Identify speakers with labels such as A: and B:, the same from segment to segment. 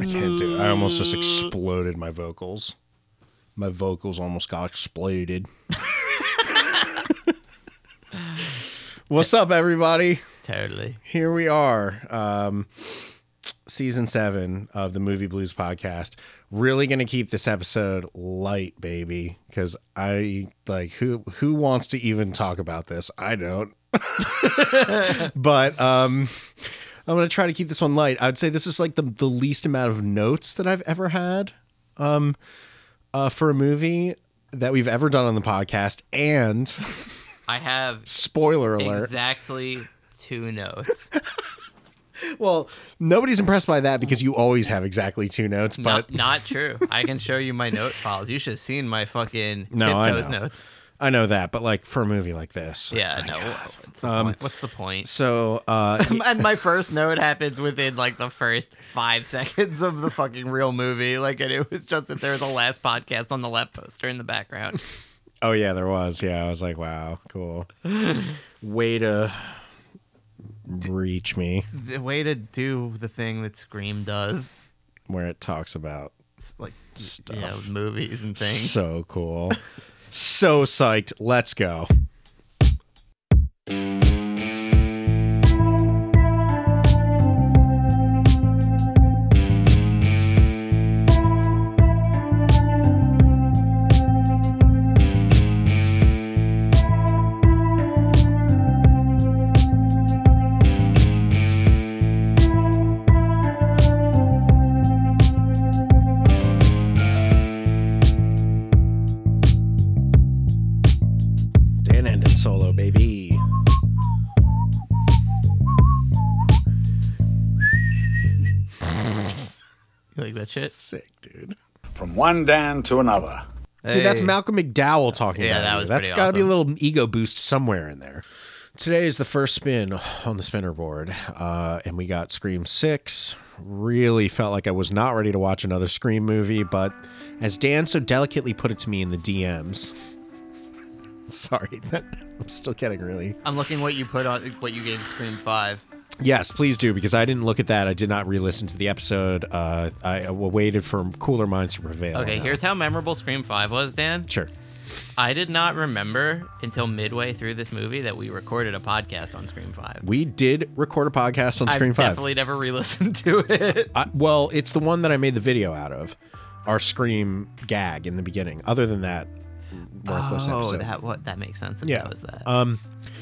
A: I almost just exploded my vocals. My vocals almost got exploded. What's up, everybody?
B: Totally.
A: Here we are. Um, season seven of the Movie Blues podcast. Really going to keep this episode light, baby, because I like who who wants to even talk about this? I don't. but um, I'm going to try to keep this one light. I'd say this is like the the least amount of notes that I've ever had um, uh, for a movie that we've ever done on the podcast. And
B: I have
A: spoiler alert.
B: exactly two notes.
A: Well, nobody's impressed by that because you always have exactly two notes, but
B: not, not true. I can show you my note files. You should have seen my fucking
A: No, I
B: tiptoes
A: know.
B: notes.
A: I know that. But like for a movie like this,
B: Yeah, no. What's the, point? What's the point?
A: So uh,
B: Um, and my first note happens within like the first five seconds of the fucking real movie. Like, and it was just that there was a last podcast on the left poster in the background.
A: oh yeah, there was. Yeah, I was like, wow, cool. Way to reach me
B: The way to do the thing that Scream does,
A: where it talks about
B: it's like you know, movies and things.
A: so cool. so psyched. Let's go. Dan Endon solo, baby.
B: You like that shit?
A: Sick, dude.
C: from one Dan to another.
A: Dude, that's
B: Hey.
A: Malcolm McDowell talking
B: Yeah,
A: about
B: that
A: you.
B: was
A: That's
B: pretty
A: got to be a
B: awesome.
A: little ego boost somewhere in there. Today is the first spin on the spinner board, uh, and we got Scream 6. Really felt like I was not ready to watch another Scream movie, but as Dan so delicately put it to me in the DMs, sorry, that I'm still getting really.
B: I'm looking what you put on what you gave Scream Five.
A: Yes, please do, because I didn't look at that. I did not re listen to the episode. Uh, I, I waited for cooler minds to prevail. on
B: Okay,
A: that.
B: here's how memorable Scream Five was, Dan.
A: Sure.
B: I did not remember until midway through this movie that we recorded a podcast on Scream Five.
A: We did record a podcast on Scream 5.
B: I've definitely never re-listened to it.
A: I, well, it's the one that I made the video out of, our scream gag in the beginning. Other than that, worthless
B: oh,
A: episode.
B: that what that makes sense. That
A: Yeah. Um,
B: that was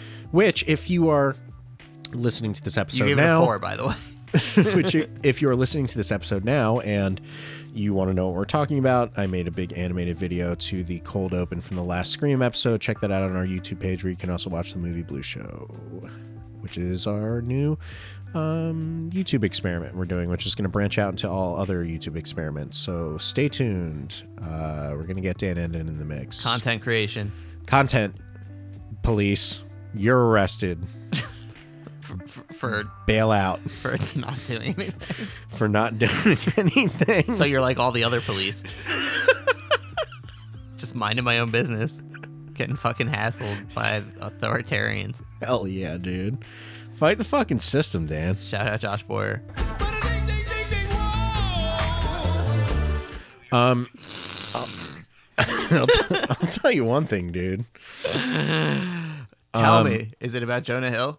B: that.
A: Which, if you are listening to this
B: you
A: episode
B: gave it
A: now,
B: a four, by the way.
A: which you, if you're listening to this episode now and you want to know what we're talking about, I made a big animated video to the cold open from the last Scream episode. Check that out on our YouTube page where you can also watch the movie Blue Show, which is our new um, YouTube experiment we're doing, which is going to branch out into all other YouTube experiments. So stay tuned. Uh, we're going to get Dan Enden in the mix.
B: Content creation
A: Content, police, you're arrested.
B: for for,
A: Bail out
B: for not doing anything.
A: for not doing anything.
B: So you're like all the other police, just minding my own business, getting fucking hassled by authoritarians.
A: Hell yeah, dude. Fight the fucking system, Dan.
B: Shout out Josh Boyer.
A: I'll tell you one thing, dude. Um,
B: Tell me, is it about Jonah Hill?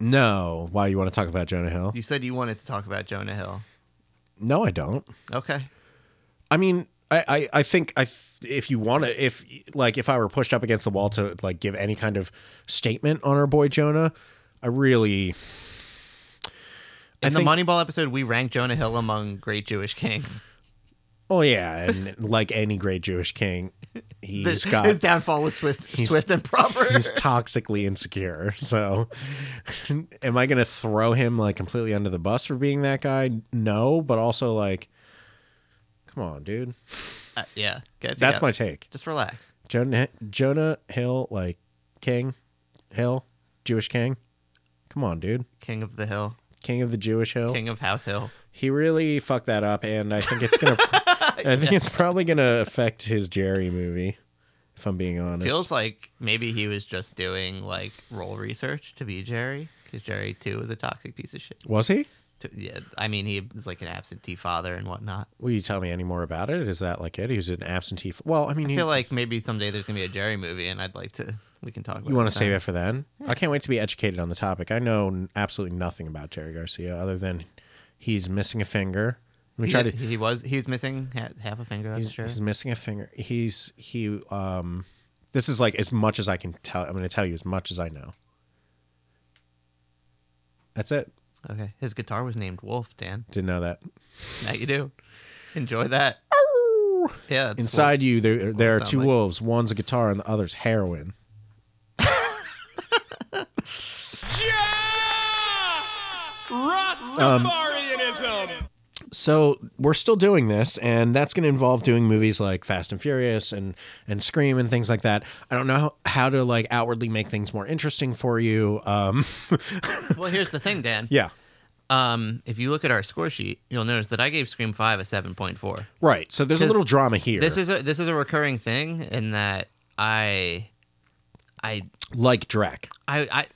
A: No. Why you want to talk about Jonah Hill?
B: You said you wanted to talk about Jonah Hill.
A: No, I don't.
B: Okay.
A: I mean, I, I, I think I th- if you want to, if like if I were pushed up against the wall to like give any kind of statement on our boy Jonah, I really
B: In the
A: think-
B: Moneyball episode, we ranked Jonah Hill among great Jewish kings.
A: Oh yeah, and like any great Jewish king, he's
B: This,
A: got
B: his downfall was swift, swift and proper.
A: he's toxically insecure. So, am I going to throw him like completely under the bus for being that guy? No, but also like, come on, dude.
B: Uh, yeah, good.
A: That's
B: yeah.
A: my take.
B: Just relax.
A: Jonah, Jonah Hill, like King Hill, Jewish King. Come on, dude.
B: King of the Hill,
A: King of the Jewish Hill.
B: King of House Hill.
A: He really fucked that up, and I think it's gonna. I think it's probably gonna affect his Jerry movie. If I'm being honest,
B: Feels like maybe he was just doing like role research to be Jerry, because Jerry too was a toxic piece of shit.
A: was he?
B: to- yeah, I mean, he was like an absentee father and whatnot.
A: Will you tell me any more about it? Is that like it? He was an absentee. F- well, I mean,
B: I
A: he-
B: feel like maybe someday there's gonna be a Jerry movie, and I'd like to. We can talk. about
A: you want to save it for then? I can't wait to be educated on the topic. I know n- absolutely nothing about Jerry Garcia other than he's missing a finger. We
B: He,
A: tried to.
B: he was he was missing ha- half a finger. That's
A: He's,
B: true.
A: he's missing a finger. He's he. Um, this is like as much as I can tell. I'm going to tell you as much as I know. That's it.
B: Okay, his guitar was named Wolf. Dan,
A: Didn't know that.
B: now you do. Enjoy that. Yeah, that's
A: Inside you, there there are
B: sound
A: two
B: like-
A: wolves. One's a guitar, and the other's heroin.
D: Rastafarianism!
A: so we're still doing this and that's going to involve doing movies like fast and furious and and scream and things like that i don't know how, how to like outwardly make things more interesting for you um
B: Wolf. Well, here's the thing, Dan.
A: yeah
B: Um, if you look at our score sheet, you'll notice that I gave Scream Five a seven point four.
A: right so there's a
B: 'Cause
A: little drama here
B: This is a this is a recurring thing in that I, I
A: like drac
B: I, I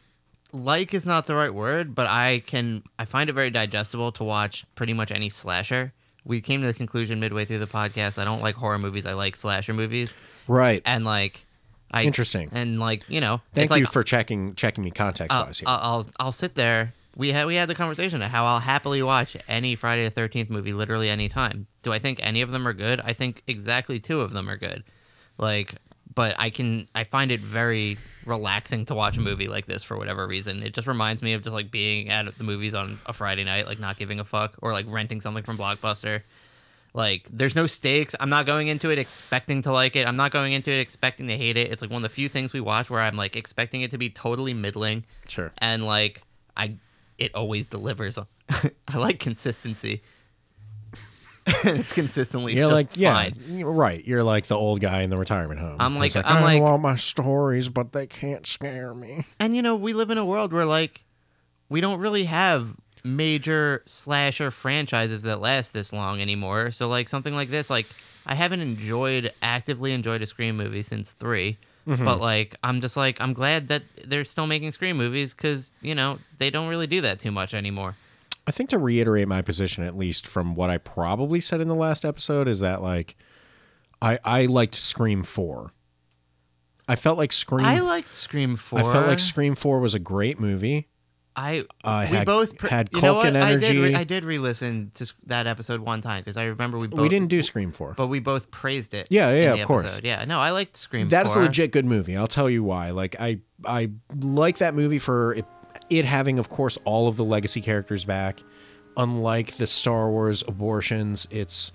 B: like is not the right word, but I can I find it very digestible to watch pretty much any slasher. We came to the conclusion midway through the podcast. I don't like horror movies. I like slasher movies,
A: right
B: and like, I
A: Interesting.
B: And like you know,
A: thank
B: it's like, Uh,
A: you for checking checking me context
B: I'll,
A: wise here
B: I'll, I'll I'll sit there. We had we had the conversation of how I'll happily watch any Friday the Thirteenth movie, literally any time. Do I think any of them are good? I think exactly two of them are good. Like, but I can I find it very relaxing to watch a movie like this for whatever reason. It just reminds me of just like being at the movies on a Friday night, like not giving a fuck, or like renting something from Blockbuster. Like, there's no stakes. I'm not going into it expecting to like it. I'm not going into it expecting to hate it. It's like one of the few things we watch where I'm like expecting it to be totally middling.
A: Sure.
B: And like, I, it always delivers. I like consistency. And it's consistently
A: you're
B: just
A: like yeah
B: fine.
A: you're right you're like the old guy in the retirement home
B: I'm
A: He's
B: like- I'm
A: I
B: like-
A: want my stories but they can't scare me
B: And you know, we live in a world where like, we don't really have major slasher franchises that last this long anymore. So like something like this, like I haven't enjoyed actively enjoyed a Scream movie since 3
A: Mm-hmm.
B: But like I'm just like I'm glad that they're still making Scream movies because you know they don't really do that too much anymore.
A: I think to reiterate my position, at least from what I probably said in the last episode, is that like I I liked Scream Four. I felt like Scream.
B: I liked Scream Four.
A: I felt like Scream Four was a great movie.
B: I
A: Uh, it
B: we
A: had-
B: both pr-
A: had
B: you know
A: Culkin
B: what? I did,
A: energy.
B: re- I did re-listen to s- that episode one time because I remember we both
A: we didn't do Scream Four.
B: but we both praised it.
A: Yeah, yeah,
B: in
A: yeah,
B: the
A: of course.
B: episode. Yeah, no, I liked Scream.
A: That is a
B: 4.
A: legit good movie. I'll tell you why. Like I I like that movie for it, it having, of course, all of the legacy characters back. Unlike the Star Wars abortions, it's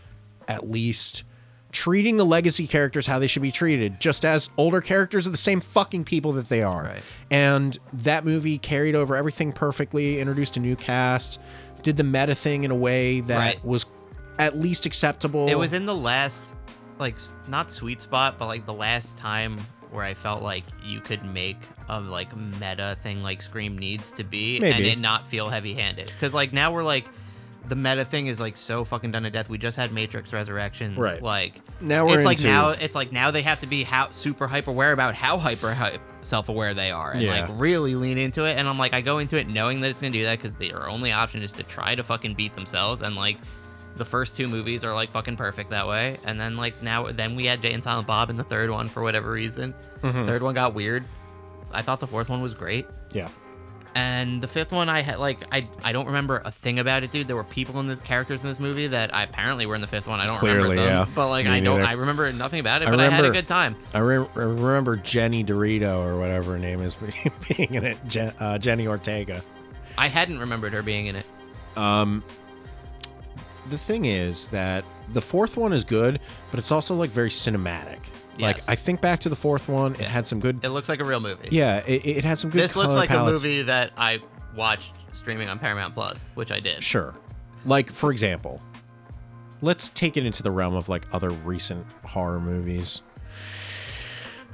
A: at least treating the legacy characters how they should be treated, just as older characters are the same fucking people that they are.
B: Right.
A: And that movie carried over everything perfectly, introduced a new cast, did the meta thing in a way that
B: Right.
A: was at least acceptable.
B: It was in the last, like, s- not sweet spot, but like the last time where I felt like you could make a like meta thing like Scream needs to be, and
A: Maybe.
B: it not feel heavy handed. Because like now we're like, the meta thing is like so fucking done to death. We just had Matrix Resurrections,
A: Right.
B: Like
A: Now we're
B: it's like
A: into-
B: now it's like now they have to be how super hyper aware about how hyper hype self aware they are, and
A: Yeah.
B: like really lean into it. And I'm like, I go into it knowing that it's gonna do that because their only option is to try to fucking beat themselves. And like, the first two movies are like fucking perfect that way. And then like now, then we had Jay and Silent Bob in the third one for whatever reason. Third one got weird. I thought the fourth one was great.
A: yeah.
B: And the fifth one, I had like I I don't remember a thing about it, dude. There were people in this characters in this movie that I apparently were in the fifth one. I don't remember
A: Clearly,
B: them,
A: yeah.
B: but like
A: Me
B: I don't
A: neither.
B: I remember nothing about it.
A: I
B: But I, had a
A: remember-
B: good time.
A: I, re- I remember Jenny Dorito or whatever her name is being in it. Jen- uh, Jenny Ortega.
B: I hadn't remembered her being in it.
A: The thing is that the fourth one is good, but it's also like very cinematic.
B: Yes.
A: Like I think back to the fourth one, it had some good.
B: It looks like a real movie.
A: yeah, it, it had some good.
B: this looks
A: color
B: like
A: palettes.
B: a movie that I watched streaming on Paramount Plus, which I did.
A: Sure. Like for example, let's take it into the realm of like other recent horror movies.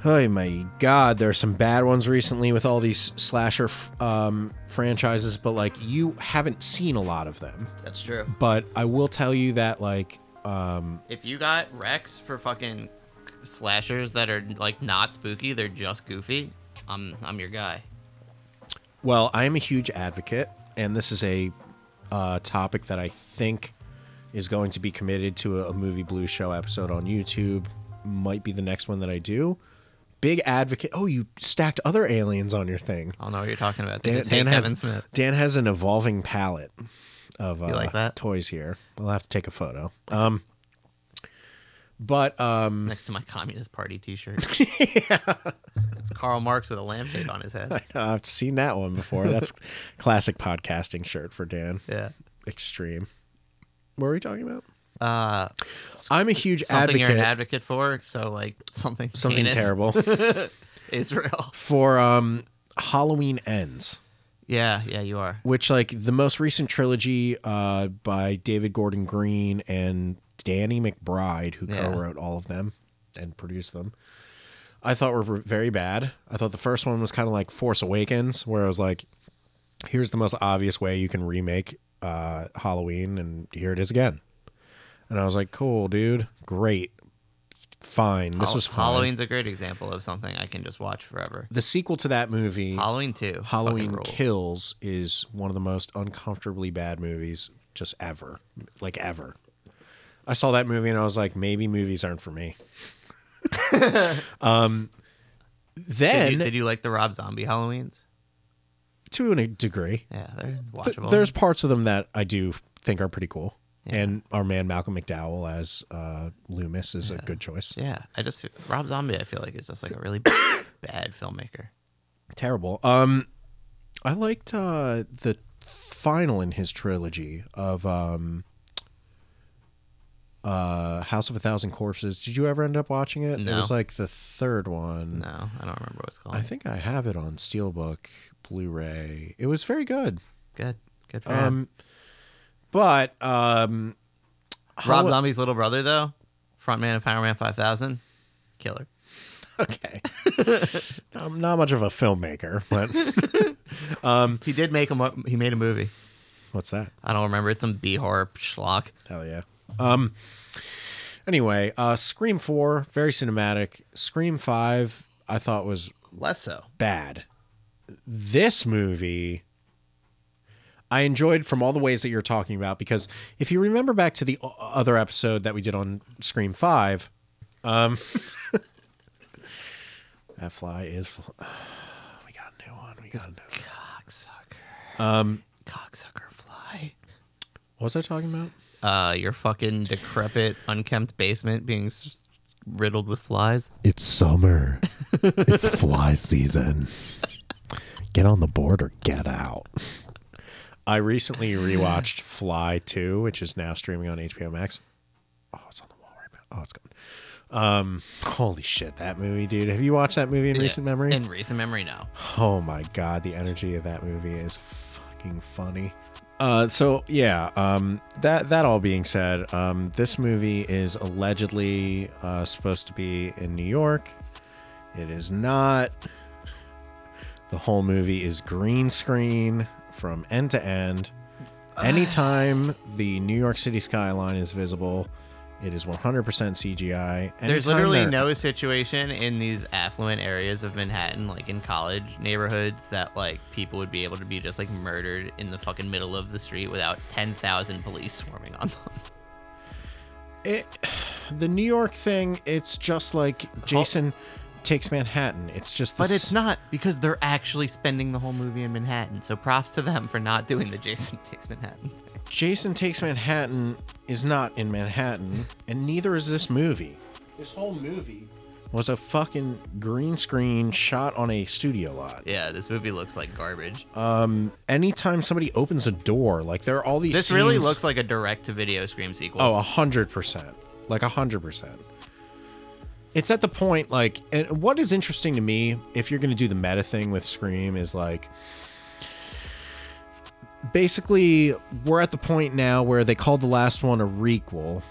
A: Oh my god, there are some bad ones recently with all these slasher f- um, franchises, but like you haven't seen a lot of them.
B: That's true.
A: But I will tell you that like um,
B: If you got Rex for fucking slashers that are like not spooky, they're just goofy. I'm I'm your guy.
A: Well, I am a huge advocate, and this is a uh, topic that I think is going to be committed to a, a movie blue show episode on YouTube. Might be the next one that I do. Big advocate. Oh, you stacked other aliens on your thing.
B: I don't know what you're talking about. They just hate
A: has,
B: Kevin Smith.
A: Dan has an evolving palette of uh,
B: like that?
A: toys here. We'll have to take a photo. Um, but um,
B: next to my Communist Party T-shirt. It's Karl Marx with a lampshade on his head.
A: I've seen that one before. That's classic podcasting shirt for Dan.
B: Yeah.
A: Extreme. What were we talking about? Uh, I'm a huge
B: Something
A: advocate.
B: you're an advocate for, so like something
A: something
B: heinous
A: terrible
B: is real.
A: for um, Halloween ends.
B: Yeah, yeah, you are.
A: which like the most recent trilogy uh, by David Gordon Green and Danny McBride, who
B: Yeah.
A: co-wrote all of them and produced them, I thought were very bad. I thought the first one was kind of like Force Awakens, where I was like, "Here's the most obvious way you can remake uh, Halloween, and here it is again." And I was like, "Cool, dude, great, fine. This
B: Hall-
A: was fine.
B: Halloween's a great example of something I can just watch forever.
A: The sequel to that movie,
B: Halloween two.
A: Halloween
B: rules.
A: Kills is one of the most uncomfortably bad movies just ever. Like ever. I saw that movie and I was like, maybe movies aren't for me. um
B: Did
A: then
B: you, did you like the Rob Zombie Halloweens?
A: to a degree.
B: Yeah, they're
A: th-
B: watchable.
A: there's parts of them that I do think are pretty cool. And our man Malcolm McDowell as uh, Loomis is a good choice.
B: yeah, I just feel, Rob Zombie. I feel like is just like a really bad filmmaker.
A: Terrible. Um I liked uh the final in his trilogy of um uh House of a Thousand Corpses. Did you ever end up watching it? It
B: No.
A: was like the third one.
B: No, I don't remember what it's called.
A: I think I have it on Steelbook, Blu-ray. It was very good.
B: good, good for him.
A: Um but um
B: Rob
A: Hallow-
B: Zombie's little brother, though, frontman of Power Man 5000, killer.
A: okay. I'm not much of a filmmaker, but
B: He did make a mo- he made a movie.
A: what's that?
B: I don't remember. It's some B horror schlock.
A: Hell yeah. Um. Anyway, uh, Scream Four very cinematic. Scream Five I thought was
B: Less so.
A: bad. This movie I enjoyed from all the ways that you're talking about because if you remember back to the o- other episode that we did on Scream Five, um, that fly is. Fl- we got a new one. We got a new. One.
B: Cocksucker. Um, cocksucker fly.
A: What was I talking about?
B: Uh, your fucking decrepit, unkempt basement being s- riddled with flies.
A: It's summer. it's fly season. Get on the board or get out. I recently rewatched Fly 2, which is now streaming on HBO Max. Oh, it's on the wall right now. Oh, it's gone. Um, holy shit, that movie, dude. Have you watched that movie in recent
B: Yeah.
A: memory?
B: In recent memory, no.
A: Oh my god, the energy of that movie is fucking funny. Uh, so yeah, um, that that all being said, um, this movie is allegedly uh, supposed to be in New York. It is not. The whole movie is green screen from end to end. Anytime the New York City skyline is visible, it is 100% CGI.
B: There's
A: Anytime
B: literally
A: there-
B: no situation in these affluent areas of Manhattan, like in college neighborhoods, that like people would be able to be just like murdered in the fucking middle of the street without ten thousand police swarming on them.
A: it the New York thing, it's just like Jason takes Manhattan. It's just this,
B: But it's not because they're actually spending the whole movie in Manhattan. So props to them for not doing the Jason Takes Manhattan thing.
A: Jason takes Manhattan is not in Manhattan, and neither is this movie. This whole movie was a fucking green screen shot on a studio lot.
B: Yeah, this movie looks like garbage.
A: Uh, Anytime somebody opens a door, like there are all these
B: this really
A: scenes-
B: looks like a direct to video Scream sequel.
A: Oh, a hundred percent. Like a hundred percent. It's at the point like, and what is interesting to me, if you're going to do the meta thing with Scream, is like, basically, we're at the point now where they called the last one a requel.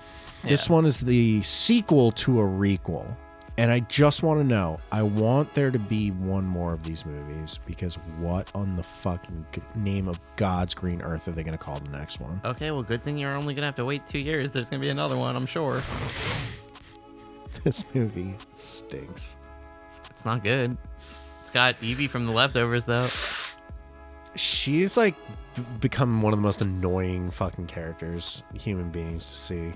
A: This one is the sequel to a requel. And I just want to know. I want there to be one more of these movies because what on the fucking g- name of God's green earth are they going to call the next one?
B: Okay, well, good thing you're only gonna have to wait two years. There's gonna be another one, I'm sure.
A: This movie stinks.
B: It's not good. It's got Evie from The Leftovers though.
A: she's like b- become one of the most annoying fucking characters human beings to see.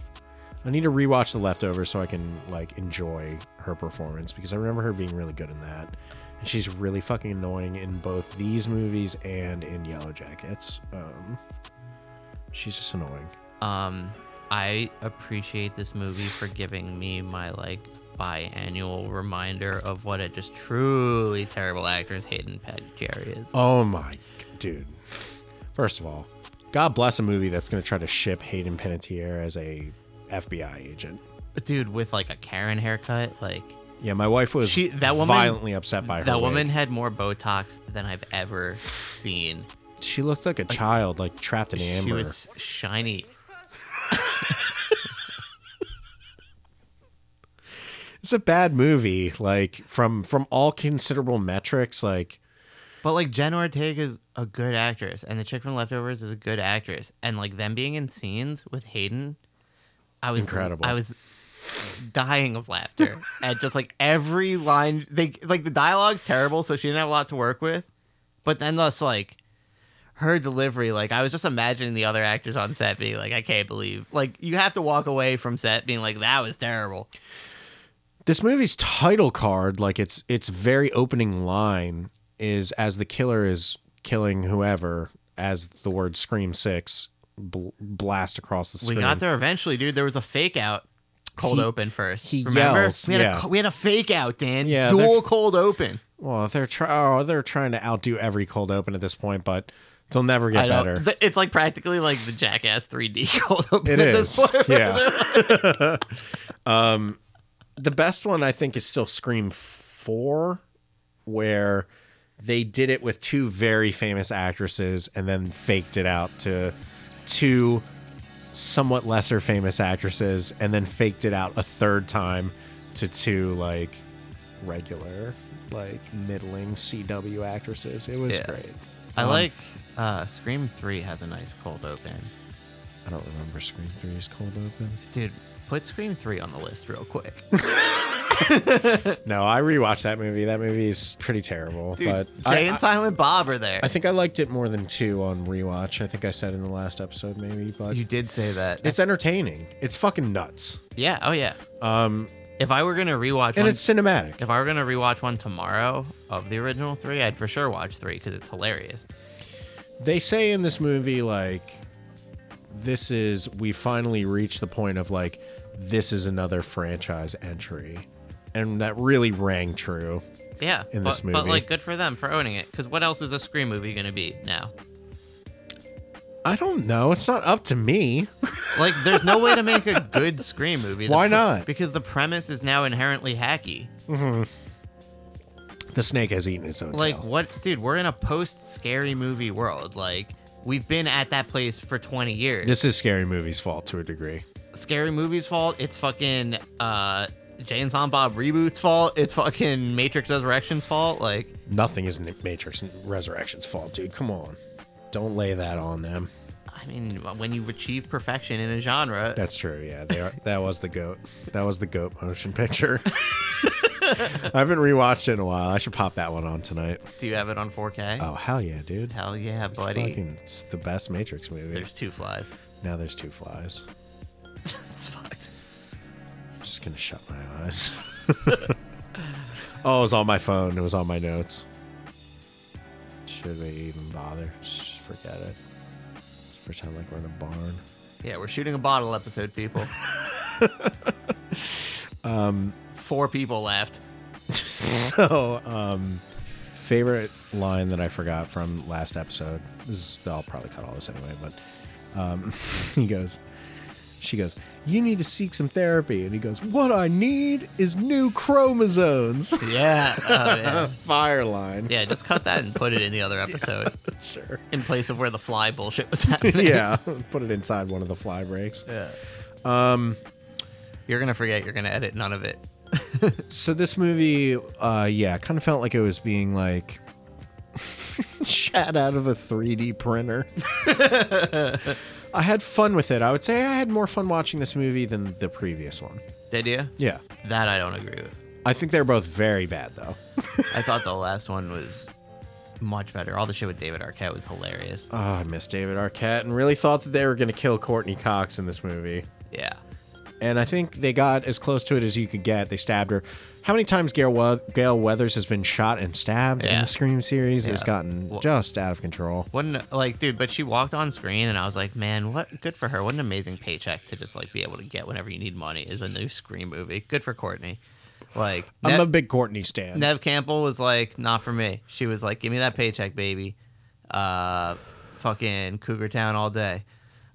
A: I need to rewatch The Leftovers so I can like enjoy her performance because I remember her being really good in that. And she's really fucking annoying in both these movies and in Yellow Jackets. Um, she's just annoying.
B: Um, I appreciate this movie for giving me my like biannual reminder of what a just truly terrible actress Hayden Panettiere is.
A: Oh my, g- dude. First of all, God bless a movie that's going to try to ship Hayden Panettiere as a FBI agent.
B: Dude with like a Karen haircut, like
A: Yeah, my wife was
B: She- that woman-
A: violently upset by her.
B: that woman
A: wig.
B: had more Botox than I've ever seen.
A: She looked like a child, like trapped in amber.
B: She was shiny.
A: It's a bad movie, like from from all considerable metrics. Like,
B: But like Jen Ortega is a good actress, and the chick from Leftovers is a good actress, and like them being in scenes with Hayden, I was
A: Incredible.
B: I was dying of laughter at just like every line. They like the dialogue's terrible, so she didn't have a lot to work with. But then that's like her delivery. Like I was just imagining the other actors on set being like, I can't believe. Like you have to walk away from set being like, that was terrible.
A: this movie's title card like its its very opening line is as the killer is killing whoever as the word scream 6 bl- blast across the
B: We
A: screen
B: got there eventually, dude. There was a fake out cold
A: He-
B: open first.
A: he
B: Remember?
A: yells,
B: we had
A: yeah.
B: a we had a fake out, Dan.
A: Yeah, they're-
B: dual cold open.
A: well they're try- oh, they're trying to outdo every cold open at this point but they'll never get
B: I know.
A: better
B: Th- It's like practically like the Jackass 3D cold open
A: It
B: at
A: is,
B: this point.
A: yeah. um, the best one I think is still Scream Four, where they did it with two very famous actresses and then faked it out to two somewhat lesser famous actresses and then faked it out a third time to two like regular like middling CW actresses. It was
B: Yeah.
A: great.
B: I
A: Um,
B: like uh, Scream 3 has a nice cold open.
A: I don't remember Scream 3's cold open.
B: Dude, put Scream 3 on the list real quick.
A: No, I rewatched that movie. That movie is pretty terrible.
B: Dude,
A: but
B: Jay
A: I,
B: and
A: I,
B: Silent Bob are there.
A: I think I liked it more than two on rewatch. I think I said in the last episode, maybe. But
B: you did say that.
A: it's
B: That's-
A: entertaining. It's fucking nuts,
B: yeah, oh yeah. Um if I were going to rewatch
A: and
B: one,
A: it's cinematic.
B: if I were going to rewatch one tomorrow of the original 3, I'd for sure watch 3 cuz it's hilarious.
A: They say in this movie, like, this is we finally reached the point of like, this is another franchise entry, and that really rang true.
B: Yeah.
A: in
B: but,
A: this
B: But
A: movie.
B: like good for them for owning it cuz what else is a Scream movie going to be now?
A: I don't know. It's not up to me.
B: Like, there's no way to make a good Scream movie. The
A: Why
B: pre-
A: not?
B: Because the premise is now inherently hacky.
A: The snake has eaten its own
B: Like,
A: tail.
B: what, dude? We're in a post-scary movie world. Like, we've been at that place for 20 years.
A: This is scary movie's fault to a degree.
B: scary movie's fault. It's fucking uh, Jay and Silent Bob reboot's fault. It's fucking Matrix Resurrection's fault. Like,
A: nothing is Nick Matrix and Resurrection's fault, dude. Come on. Don't lay that on them.
B: I mean, when you achieve perfection in a genre,
A: That's true. Yeah, they are, that was the goat. That was the goat motion picture. I haven't rewatched it in a while. I should pop that one on tonight.
B: do you have it on 4K?
A: Oh hell yeah, dude!
B: Hell yeah,
A: It's
B: buddy.
A: fucking- it's the best Matrix movie.
B: There's two flies.
A: now there's two flies.
B: it's fucked.
A: I'm just gonna shut my eyes. oh, it was on my phone. It was on my notes. Should we even bother? Just forget it. Just pretend like we're in a barn.
B: Yeah, we're shooting a bottle episode, people. um, four people left.
A: So, um, favorite line that I forgot from last episode. This is, I'll probably cut all this anyway, but um, he goes, she goes, you need to seek some therapy, and he goes, what I need is new chromosomes.
B: Yeah.
A: Fire line.
B: Oh, yeah, just cut that and put it in the other episode
A: sure.
B: in place of where the fly bullshit was happening.
A: yeah, put it inside one of the fly breaks.
B: Yeah. Um, you're gonna forget. You're gonna edit none of it.
A: So this movie, uh, yeah, kind of felt like it was being like shot out of a 3D printer. I had fun with it. I would say I had more fun watching this movie than the previous one.
B: Did you?
A: Yeah,
B: That I don't agree with.
A: I think they're both very bad though.
B: I thought the last one was much better. All the shit with David Arquette was hilarious.
A: Oh, I miss David Arquette and really thought that they were going to kill Courtney Cox in this movie.
B: Yeah.
A: And I think they got as close to it as you could get. They stabbed her. How many times Gail, we- Gail Weathers has been shot and stabbed in
B: Yeah.
A: the Scream series has
B: Yeah.
A: gotten
B: Well-
A: just out of control.
B: What an, like, dude, but she walked on screen and I was like, man, what good for her. What an amazing paycheck to just like be able to get whenever you need money is a new Scream movie. Good for Courtney. Like,
A: I'm
B: Nev,
A: a big Courtney stan.
B: Nev Campbell was like, not for me. She was like, give me that paycheck, baby. Uh, fucking Cougar Town all day.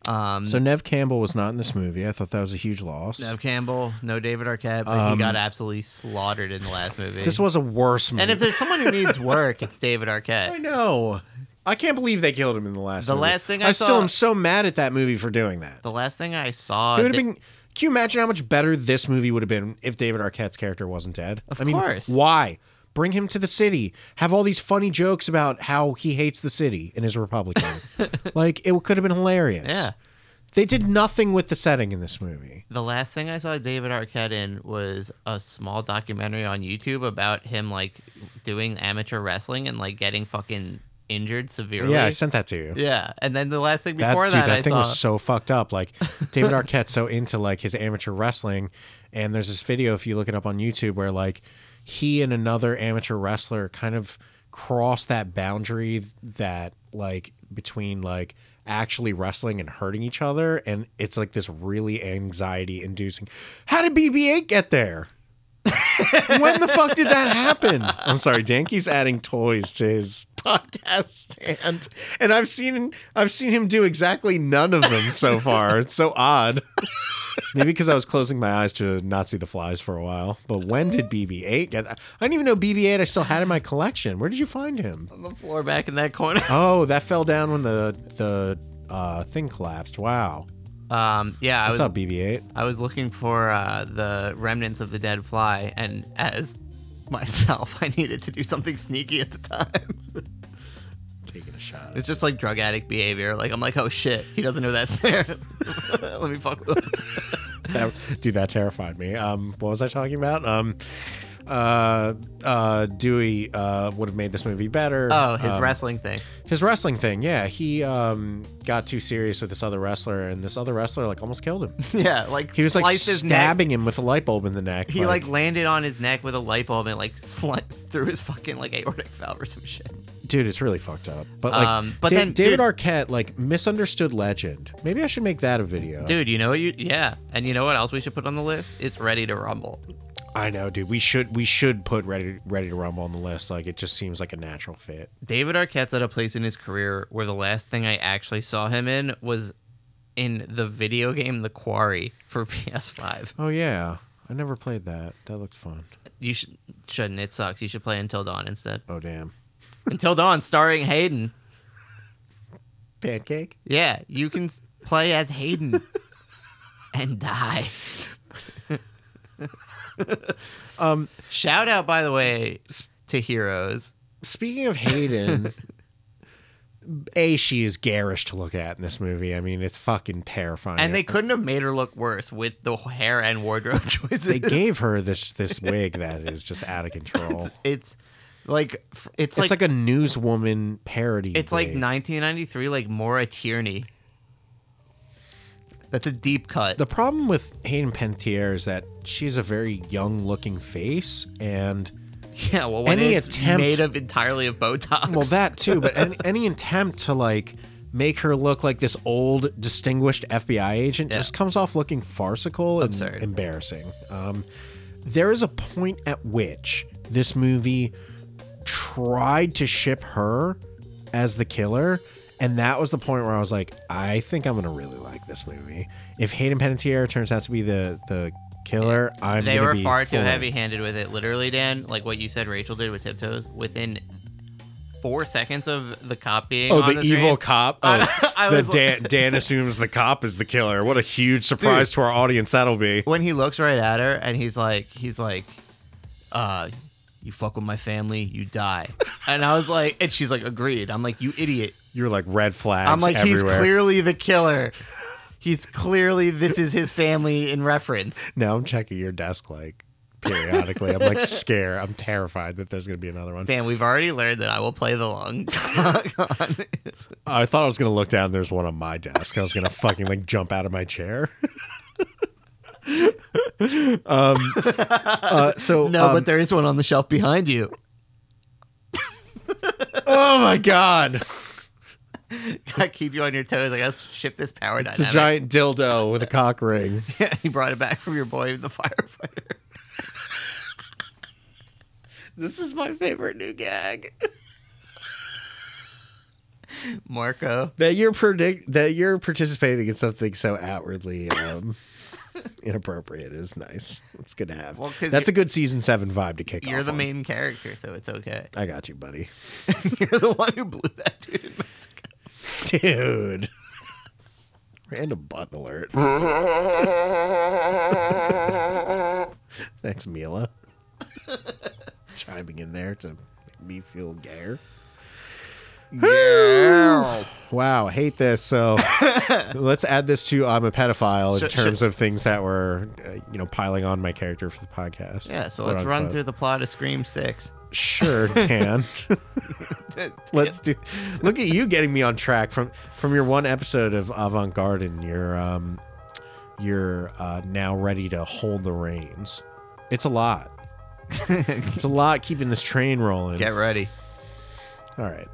B: Um,
A: so Nev Campbell was not in this movie. I thought that was a huge loss.
B: Nev Campbell, no David Arquette, but he got absolutely slaughtered in the last movie.
A: Um, This was a worse movie.
B: and if there's someone who needs work, it's David Arquette.
A: I know. I can't believe they killed him in the last
B: The
A: movie.
B: last thing I
A: still
B: saw-
A: am so mad at that movie for doing that.
B: The last thing I saw,
A: It would
B: that-
A: have been. Can you imagine how much better this movie would have been if David Arquette's character wasn't dead?
B: Of
A: I mean,
B: course.
A: Why? Bring him to the city. Have all these funny jokes about how he hates the city and is Republican. like it could have been hilarious.
B: Yeah.
A: They did nothing with the setting in this movie.
B: the last thing I saw David Arquette in was a small documentary on YouTube about him like doing amateur wrestling and like getting fucking injured severely.
A: Yeah, I sent that to you.
B: Yeah, and then the last thing
A: That,
B: before
A: dude,
B: that,
A: that
B: I
A: thing
B: saw
A: was so fucked up. Like David Arquette's so into like his amateur wrestling, and there's this video if you look it up on YouTube where like he and another amateur wrestler kind of cross that boundary that like between like actually wrestling and hurting each other, and it's like this really anxiety inducing. How did BB-8 get there? when the fuck did that happen? I'm sorry, Dan keeps adding toys to his podcast stand, and I've seen I've seen him do exactly none of them so far. It's so odd. Maybe because I was closing my eyes to not see the flies for a while. But when did BB-8 get? I didn't even know BB-8 I still had in my collection. Where did you find him?
B: on the floor back in that corner.
A: Oh, that fell down when the the uh, thing collapsed. Wow.
B: Um, yeah, I
A: What's
B: was
A: up, BB-8?
B: I was looking for uh, the remnants of the dead fly, and as myself, I needed to do something sneaky at the time.
A: Taking a shot.
B: It's just like drug addict behavior. Like I'm like, oh shit, he doesn't know that's there. Let me fuck with him.
A: that, dude, that terrified me. Um, what was I talking about? Um, uh, uh, Dewey uh, would have made this movie better.
B: Oh, his
A: Um,
B: wrestling thing.
A: his wrestling thing. Yeah, he um, got too serious with this other wrestler, and this other wrestler like almost killed him.
B: Yeah, like
A: He was like
B: sliced his neck.
A: stabbing him with a light bulb in the neck.
B: He like landed on his neck with a light bulb and like sliced through his fucking like aortic valve or some shit.
A: dude, it's really fucked up. But like,
B: Um, but
A: Da-
B: then,
A: David
B: dude-
A: Arquette, like misunderstood legend. Maybe I should make that a video.
B: Dude, you know what you yeah, and you know what else we should put on the list? It's ready to rumble.
A: I know, dude. We should we should put Ready Ready to Rumble on the list. Like, it just seems like a natural fit.
B: David Arquette's at a place in his career where the last thing I actually saw him in was in the video game The Quarry for PS5.
A: Oh yeah, I never played that. That looked fun.
B: You should, shouldn't. It sucks. You should play Until Dawn instead.
A: Oh damn.
B: Until Dawn, starring Hayden.
A: Pancake.
B: Yeah, you can s- play as Hayden and die. um, shout out by the way to Heroes.
A: Speaking of Hayden, a she is garish to look at in this movie. I mean, it's fucking terrifying.
B: And they couldn't have made her look worse with the hair and wardrobe choices.
A: they gave her this this wig that is just out of control. It's,
B: it's like f- it's, like,
A: like, a newswoman parody.
B: it's like
A: wig.
B: 1993 like Maura Tierney. That's a deep cut.
A: The problem with Hayden Panettiere is that she's a very young looking face and.
B: yeah, well, when
A: any
B: it's
A: attempt-
B: made of entirely of Botox.
A: Well, that too, but any, any attempt to like make her look like this old, distinguished FBI agent
B: Yeah.
A: just comes off looking farcical and
B: Absurd.
A: embarrassing. Um, there is a point at which this movie tried to ship her as the killer, and that was the point where I was like, I think I'm gonna really like this movie. If Hayden Panettiere turns out to be the the killer, I'm
B: they
A: gonna
B: were
A: be
B: far too
A: full in.
B: heavy handed with it. Literally, Dan, like what you said Rachel did with Tiptoes, within four seconds of the cop being
A: Oh,
B: on
A: the,
B: screen-
A: evil cop. Oh,
B: I
A: the
B: was like-
A: Dan, Dan assumes the cop is the killer. What a huge surprise to our audience that'll be.
B: When he looks right at her and he's like, he's like, uh, you fuck with my family, you die. And I was like, and she's like, agreed. I'm like, you idiot.
A: You're like red flags.
B: I'm like,
A: everywhere.
B: he's clearly the killer. He's clearly, this is his family in reference.
A: Now I'm checking your desk like, periodically. I'm like scared. I'm terrified that there's going to be another one.
B: Damn, we've already learned that I will play the long con.
A: I thought I was going to look down. There's one on my desk. I was going to fucking like jump out of my chair. um, uh, so
B: no,
A: um,
B: but there is one on the shelf behind you.
A: oh my god,
B: I keep you on your toes. I gotta shift this power
A: it's a
B: dynamic.
A: giant dildo with a cock ring.
B: Yeah, you brought it back from your boy, the firefighter. this is my favorite new gag. Marco.
A: That you're predict that you're participating in something so outwardly um, inappropriate is nice. It's good to have.
B: Well, 'cause
A: That's
B: you-
A: a good season seven vibe to kick off.
B: You're the
A: on.
B: main character, so it's okay.
A: I got you, buddy.
B: You're the one who blew that dude in Mexico.
A: Dude. Random button alert. Thanks, Mila. Chiming in there to make me feel gayer. Wow, hate this. So let's add this to I'm a pedophile in
B: Sh- sh-
A: terms of things that were, uh, you know, piling on my character for the podcast.
B: Yeah, so let's
A: Quote,
B: run
A: unquote.
B: through the plot of Scream 6.
A: Sure, Dan. Let's do. Look at you getting me on track from from your one episode of Avant Garde. and You're um, you're uh, now ready to hold the reins. It's a lot. it's a lot keeping this train rolling.
B: Get ready.
A: All right,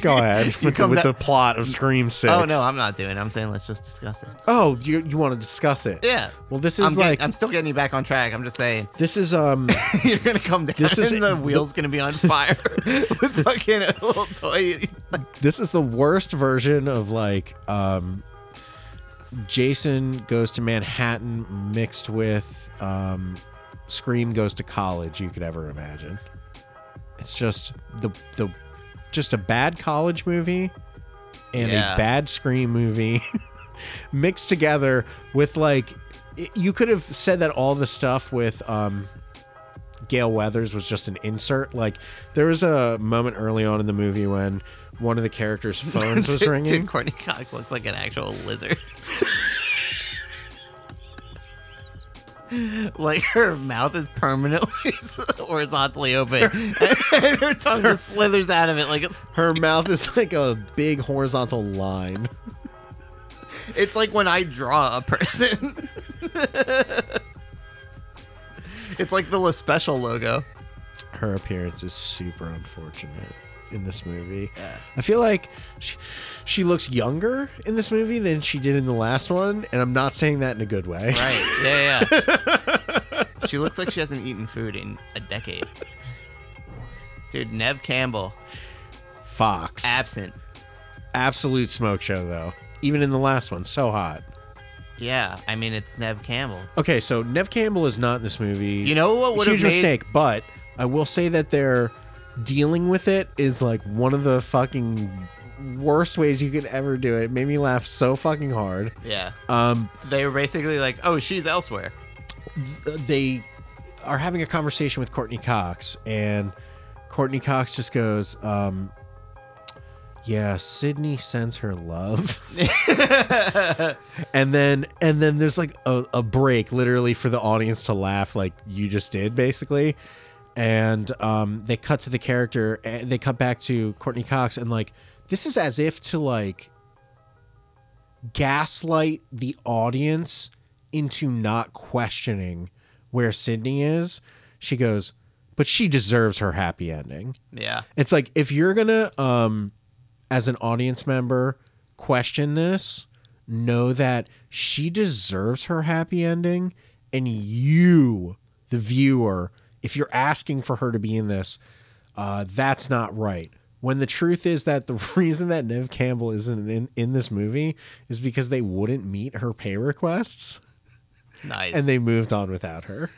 A: go ahead with, the,
B: come
A: with
B: to-
A: the plot of Scream Six.
B: Oh, no, I'm not doing it. I'm saying let's just discuss it.
A: Oh, you you want to discuss it?
B: Yeah.
A: Well, this is
B: I'm,
A: like
B: getting, I'm still getting you back on track. I'm just saying.
A: this is um.
B: You're gonna come down
A: This
B: this
A: is-
B: is, and the wheel's gonna be on fire with fucking a little toy.
A: this is the worst version of like um Jason goes to Manhattan mixed with um Scream goes to college you could ever imagine. It's just the the just a bad college movie and
B: Yeah.
A: a bad Scream movie mixed together with like y- you could have said that all the stuff with um Gail Weathers was just an insert. Like there was a moment early on in the movie when one of the characters' phones was
B: Dude,
A: ringing.
B: Courtney Cox looks like an actual lizard. like her mouth is permanently horizontally open, and her tongue just slithers out of it like it's.
A: Her mouth is like a big horizontal line.
B: It's like when I draw a person. it's like the La Special logo.
A: Her appearance is super unfortunate in this movie. I feel like she, she looks younger in this movie than she did in the last one, and I'm not saying that in a good way.
B: Right. Yeah, yeah. she looks like she hasn't eaten food in a decade. Dude, Nev Campbell,
A: Fox.
B: absent.
A: Absolute smoke show though. Even in the last one, so hot.
B: Yeah, I mean it's Nev Campbell.
A: Okay, so Nev Campbell is not in this movie.
B: You know what would've
A: huge
B: made-
A: mistake, but I will say that their dealing with it is like one of the fucking worst ways you could ever do it. It made me laugh so fucking hard.
B: Yeah.
A: Um,
B: They were basically like, oh, she's elsewhere.
A: they are having a conversation with Courtney Cox, and Courtney Cox just goes, um, "Yeah, Sydney sends her love," and then and then there's like a, a break, literally for the audience to laugh, like you just did, basically. And um, they cut to the character, and they cut back to Courtney Cox, and like this is as if to like gaslight the audience into not questioning where Sydney is. She goes, but she deserves her happy ending.
B: Yeah.
A: It's like if you're gonna, um, as an audience member, question this, know that she deserves her happy ending, and you, the viewer, if you're asking for her to be in this, uh, that's not right. When the truth is that the reason that Nev Campbell isn't in, in this movie is because they wouldn't meet her pay requests
B: Nice.
A: and they moved on without her.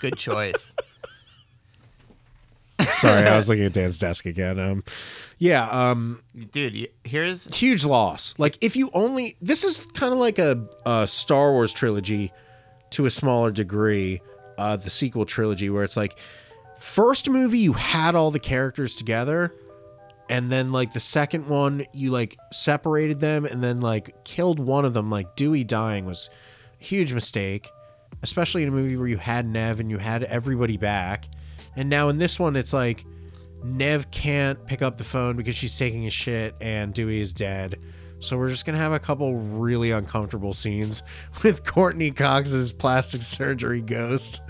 B: Good choice.
A: Sorry, I was looking at Dan's desk again. Um, yeah, um,
B: Dude, y- here's
A: huge loss. Like if you only this is kind of like a, a Star Wars trilogy to a smaller degree, uh, the sequel trilogy where it's like first movie you had all the characters together and then like the second one you like separated them and then like killed one of them like Dewey dying was a huge mistake especially in a movie where you had Nev and you had everybody back. And now in this one, it's like Nev can't pick up the phone because she's taking a shit and Dewey is dead. So we're just going to have a couple really uncomfortable scenes with Courtney Cox's plastic surgery ghost.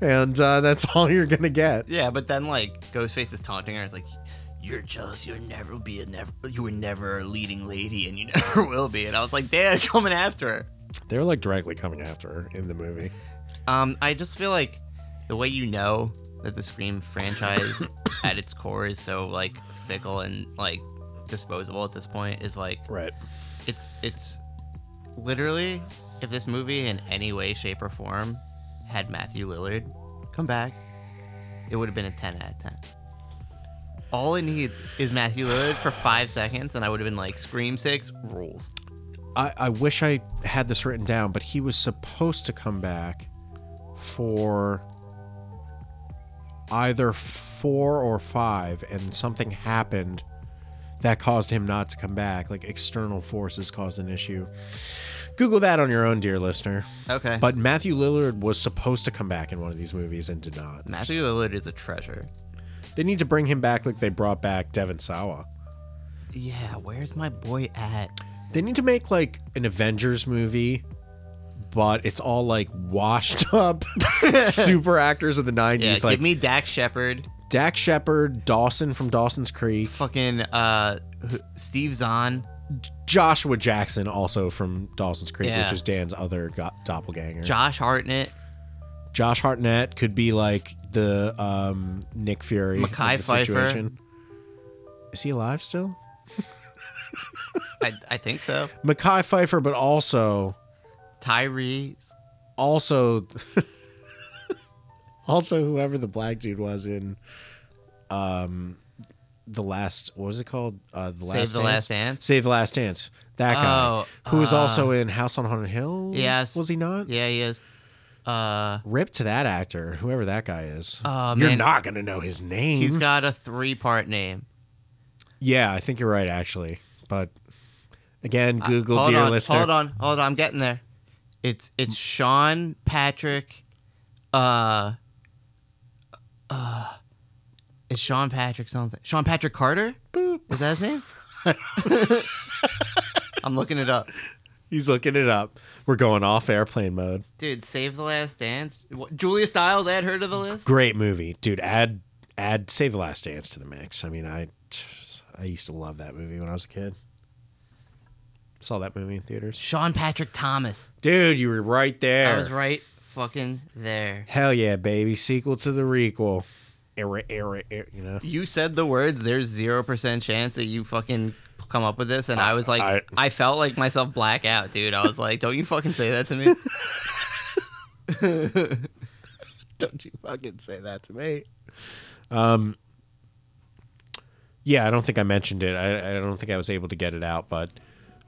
A: And uh, that's all you're going to get.
B: Yeah, but then like Ghostface is taunting her. It's like, "You're jealous. You'll never be a never. You were never a leading lady, and you never will be." And I was like, "Damn, coming after her."
A: They're like directly coming after her in the movie.
B: Um, I just feel like the way you know that the Scream franchise at its core is so like fickle and like disposable at this point is like
A: Right.
B: it's it's literally if this movie in any way, shape, or form had Matthew Lillard come back, it would have been a ten out of ten. All it needs is Matthew Lillard for five seconds, and I would have been like, "Scream Six rules."
A: I, I wish I had this written down, but he was supposed to come back for either four or five, and something happened that caused him not to come back. Like external forces caused an issue. Google that on your own, dear listener.
B: Okay, but
A: But Matthew Lillard was supposed to come back in one of these movies and did not.
B: Matthew Lillard is a treasure.
A: They need to bring him back like they brought back Devin Sawa.
B: Yeah, where's my boy at?
A: They need to make like an Avengers movie, but it's all like washed up super actors of the 90s.
B: Yeah,
A: like
B: give me Dak Shepard,
A: Dak Shepard, Dawson from Dawson's Creek,
B: fucking uh, who- Steve Zahn.
A: Joshua Jackson, also from Dawson's Creek,
B: Yeah.
A: which is Dan's other go- doppelganger.
B: Josh Hartnett,
A: Josh Hartnett could be like the um, Nick Fury. of
B: Mekhi
A: the
B: Phifer.
A: situation. Is he alive still?
B: I, I think so.
A: Mackay Pfeiffer, but also
B: Tyree,
A: also also whoever the black dude was in um the last what was it called uh the
B: Save
A: last
B: the
A: dance?
B: Last Dance?
A: save the last dance that guy
B: Oh,
A: who was also in house on haunted hill
B: yes,
A: was he not
B: Yeah, he is. Uh,
A: rip to that actor whoever that guy is
B: Oh,
A: you're
B: man.
A: not gonna know his name
B: He's got a three part name.
A: yeah i think you're right actually but again Uh, google
B: Uh, hold
A: dear
B: on,
A: listener
B: Hold on, hold on, I'm getting there. It's it's Sean Patrick uh uh it's Sean Patrick something. Sean Patrick Carter? Boop. Is that his name? I'm looking it up.
A: he's looking it up we're going off airplane mode
B: Dude, Save the Last Dance. What- Julia Stiles, add her to the list.
A: great movie dude add add save the last dance to the mix i mean i i used to love that movie when i was a kid saw that movie in theaters
B: Sean Patrick Thomas.
A: dude you were right there
B: I was right fucking there.
A: hell yeah baby sequel to the requel era era, era you know
B: you said the words there's 0% chance that you fucking come up with this and i was like I,
A: I-
B: felt like myself black out dude i was like don't you fucking say that to me
A: don't you fucking say that to me um yeah i don't think i mentioned it i, I don't think i was able to get it out but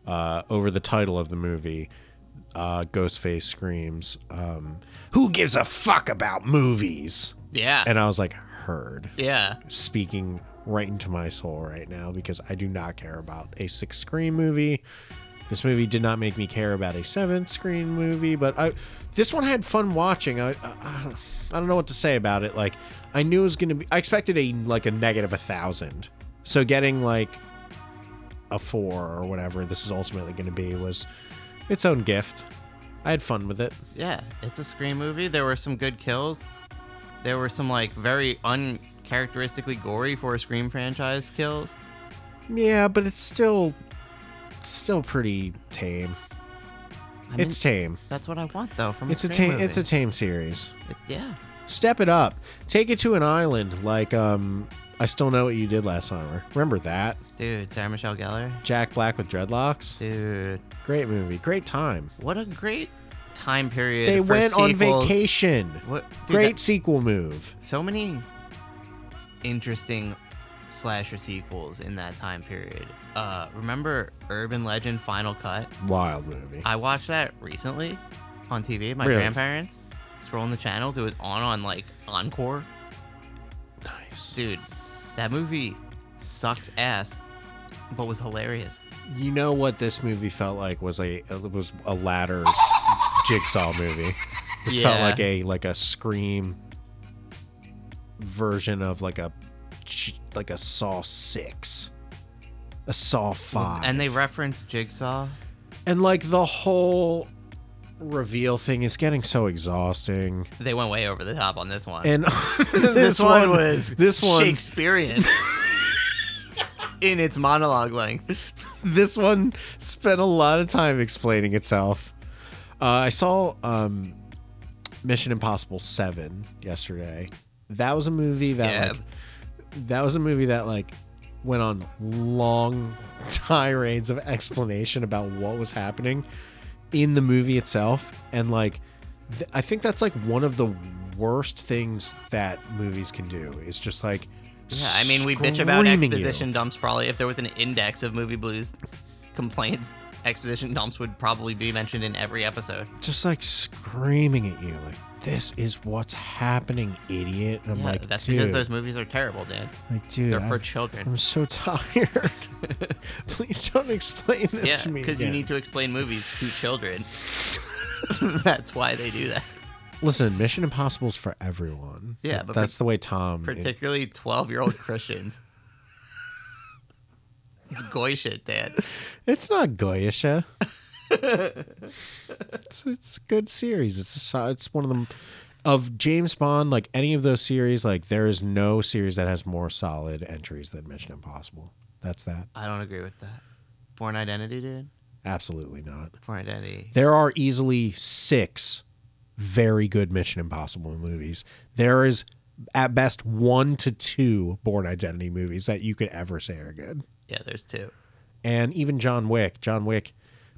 A: uh, over the title of the movie uh, ghostface screams um, who gives a fuck about movies
B: yeah
A: And I was like, heard.
B: yeah
A: Speaking right into my soul right now because I do not care about a six screen movie. This movie did not make me care about a seventh screen movie, but I this one had fun watching. I, I, I don't- I don't know what to say about it. Like I knew it was gonna be. I expected a like a negative a thousand. So getting like a four or whatever this is ultimately gonna be was its own gift. I had fun with it.
B: yeah it's a scream movie there were some good kills there were some like very uncharacteristically gory for a scream franchise kills
A: Yeah, but it's still still pretty tame.
B: I mean,
A: It's tame.
B: that's what i want though from
A: It's a
B: scream
A: tame. It's a
B: movie.
A: tame series.
B: It- yeah
A: Step it up. Take it to an island like um. I still know what you did last summer. Remember that
B: dude sarah michelle gellar
A: Jack Black with dreadlocks?
B: dude
A: Great movie. Great time.
B: what a great time period
A: They
B: for
A: went on
B: sequels.
A: vacation.
B: What- dude,
A: Great
B: that-
A: sequel move.
B: so many interesting slasher sequels in that time period. Uh, remember Urban Legend Final Cut?
A: Wild movie.
B: I watched that recently on TV. with My
A: Really?
B: grandparents scrolling the channels. It was on on like Encore.
A: nice.
B: Dude, that movie sucks ass, but was hilarious.
A: You know what this movie felt like was a it was a ladder jigsaw movie. This felt
B: Yeah.
A: like a like a scream version of like a ch- like a Saw six, a Saw five,
B: and they reference Jigsaw.
A: and like the whole reveal thing is getting so exhausting.
B: They went way over the top on this one.
A: And this,
B: this one, was
A: this one
B: Shakespearean in its monologue length.
A: this one spent a lot of time explaining itself. Uh, I saw um, Mission Impossible Seven yesterday. That was a movie that
B: Scab.
A: like that was a movie that like went on long tirades of explanation about what was happening in the movie itself, and like th- I think that's like one of the worst things that movies can do is just like
B: Yeah, I mean, we bitch about
A: screaming you.
B: exposition dumps. Probably, if there was an index of movie blues complaints, exposition dumps would probably be mentioned in every episode.
A: just like screaming at you, like, this is what's happening, idiot. And I'm
B: Yeah,
A: like,
B: that's
A: dude,
B: because those movies are terrible, Dan.
A: like, dude,
B: They're
A: I'm,
B: for children.
A: I'm so tired. Please don't explain this
B: yeah,
A: to me.
B: because you need to explain movies to children. that's why they do that.
A: listen. Mission Impossible's for everyone.
B: Yeah,
A: Th-
B: but
A: that's
B: partic-
A: the way Tom.
B: Particularly twelve-year-old Christians. It's goy shit, Dan.
A: it's not Goyisha. it's, it's a good series. It's a, so- it's one of them of James Bond. Like any of those series, like there is no series that has more solid entries than Mission Impossible. That's that.
B: I don't agree with that. Born Identity, dude.
A: Absolutely not.
B: Born Identity.
A: There are easily six very good Mission Impossible movies. There is at best one to two Born Identity movies that you could ever say are good.
B: Yeah, there's two.
A: And even John Wick, John Wick,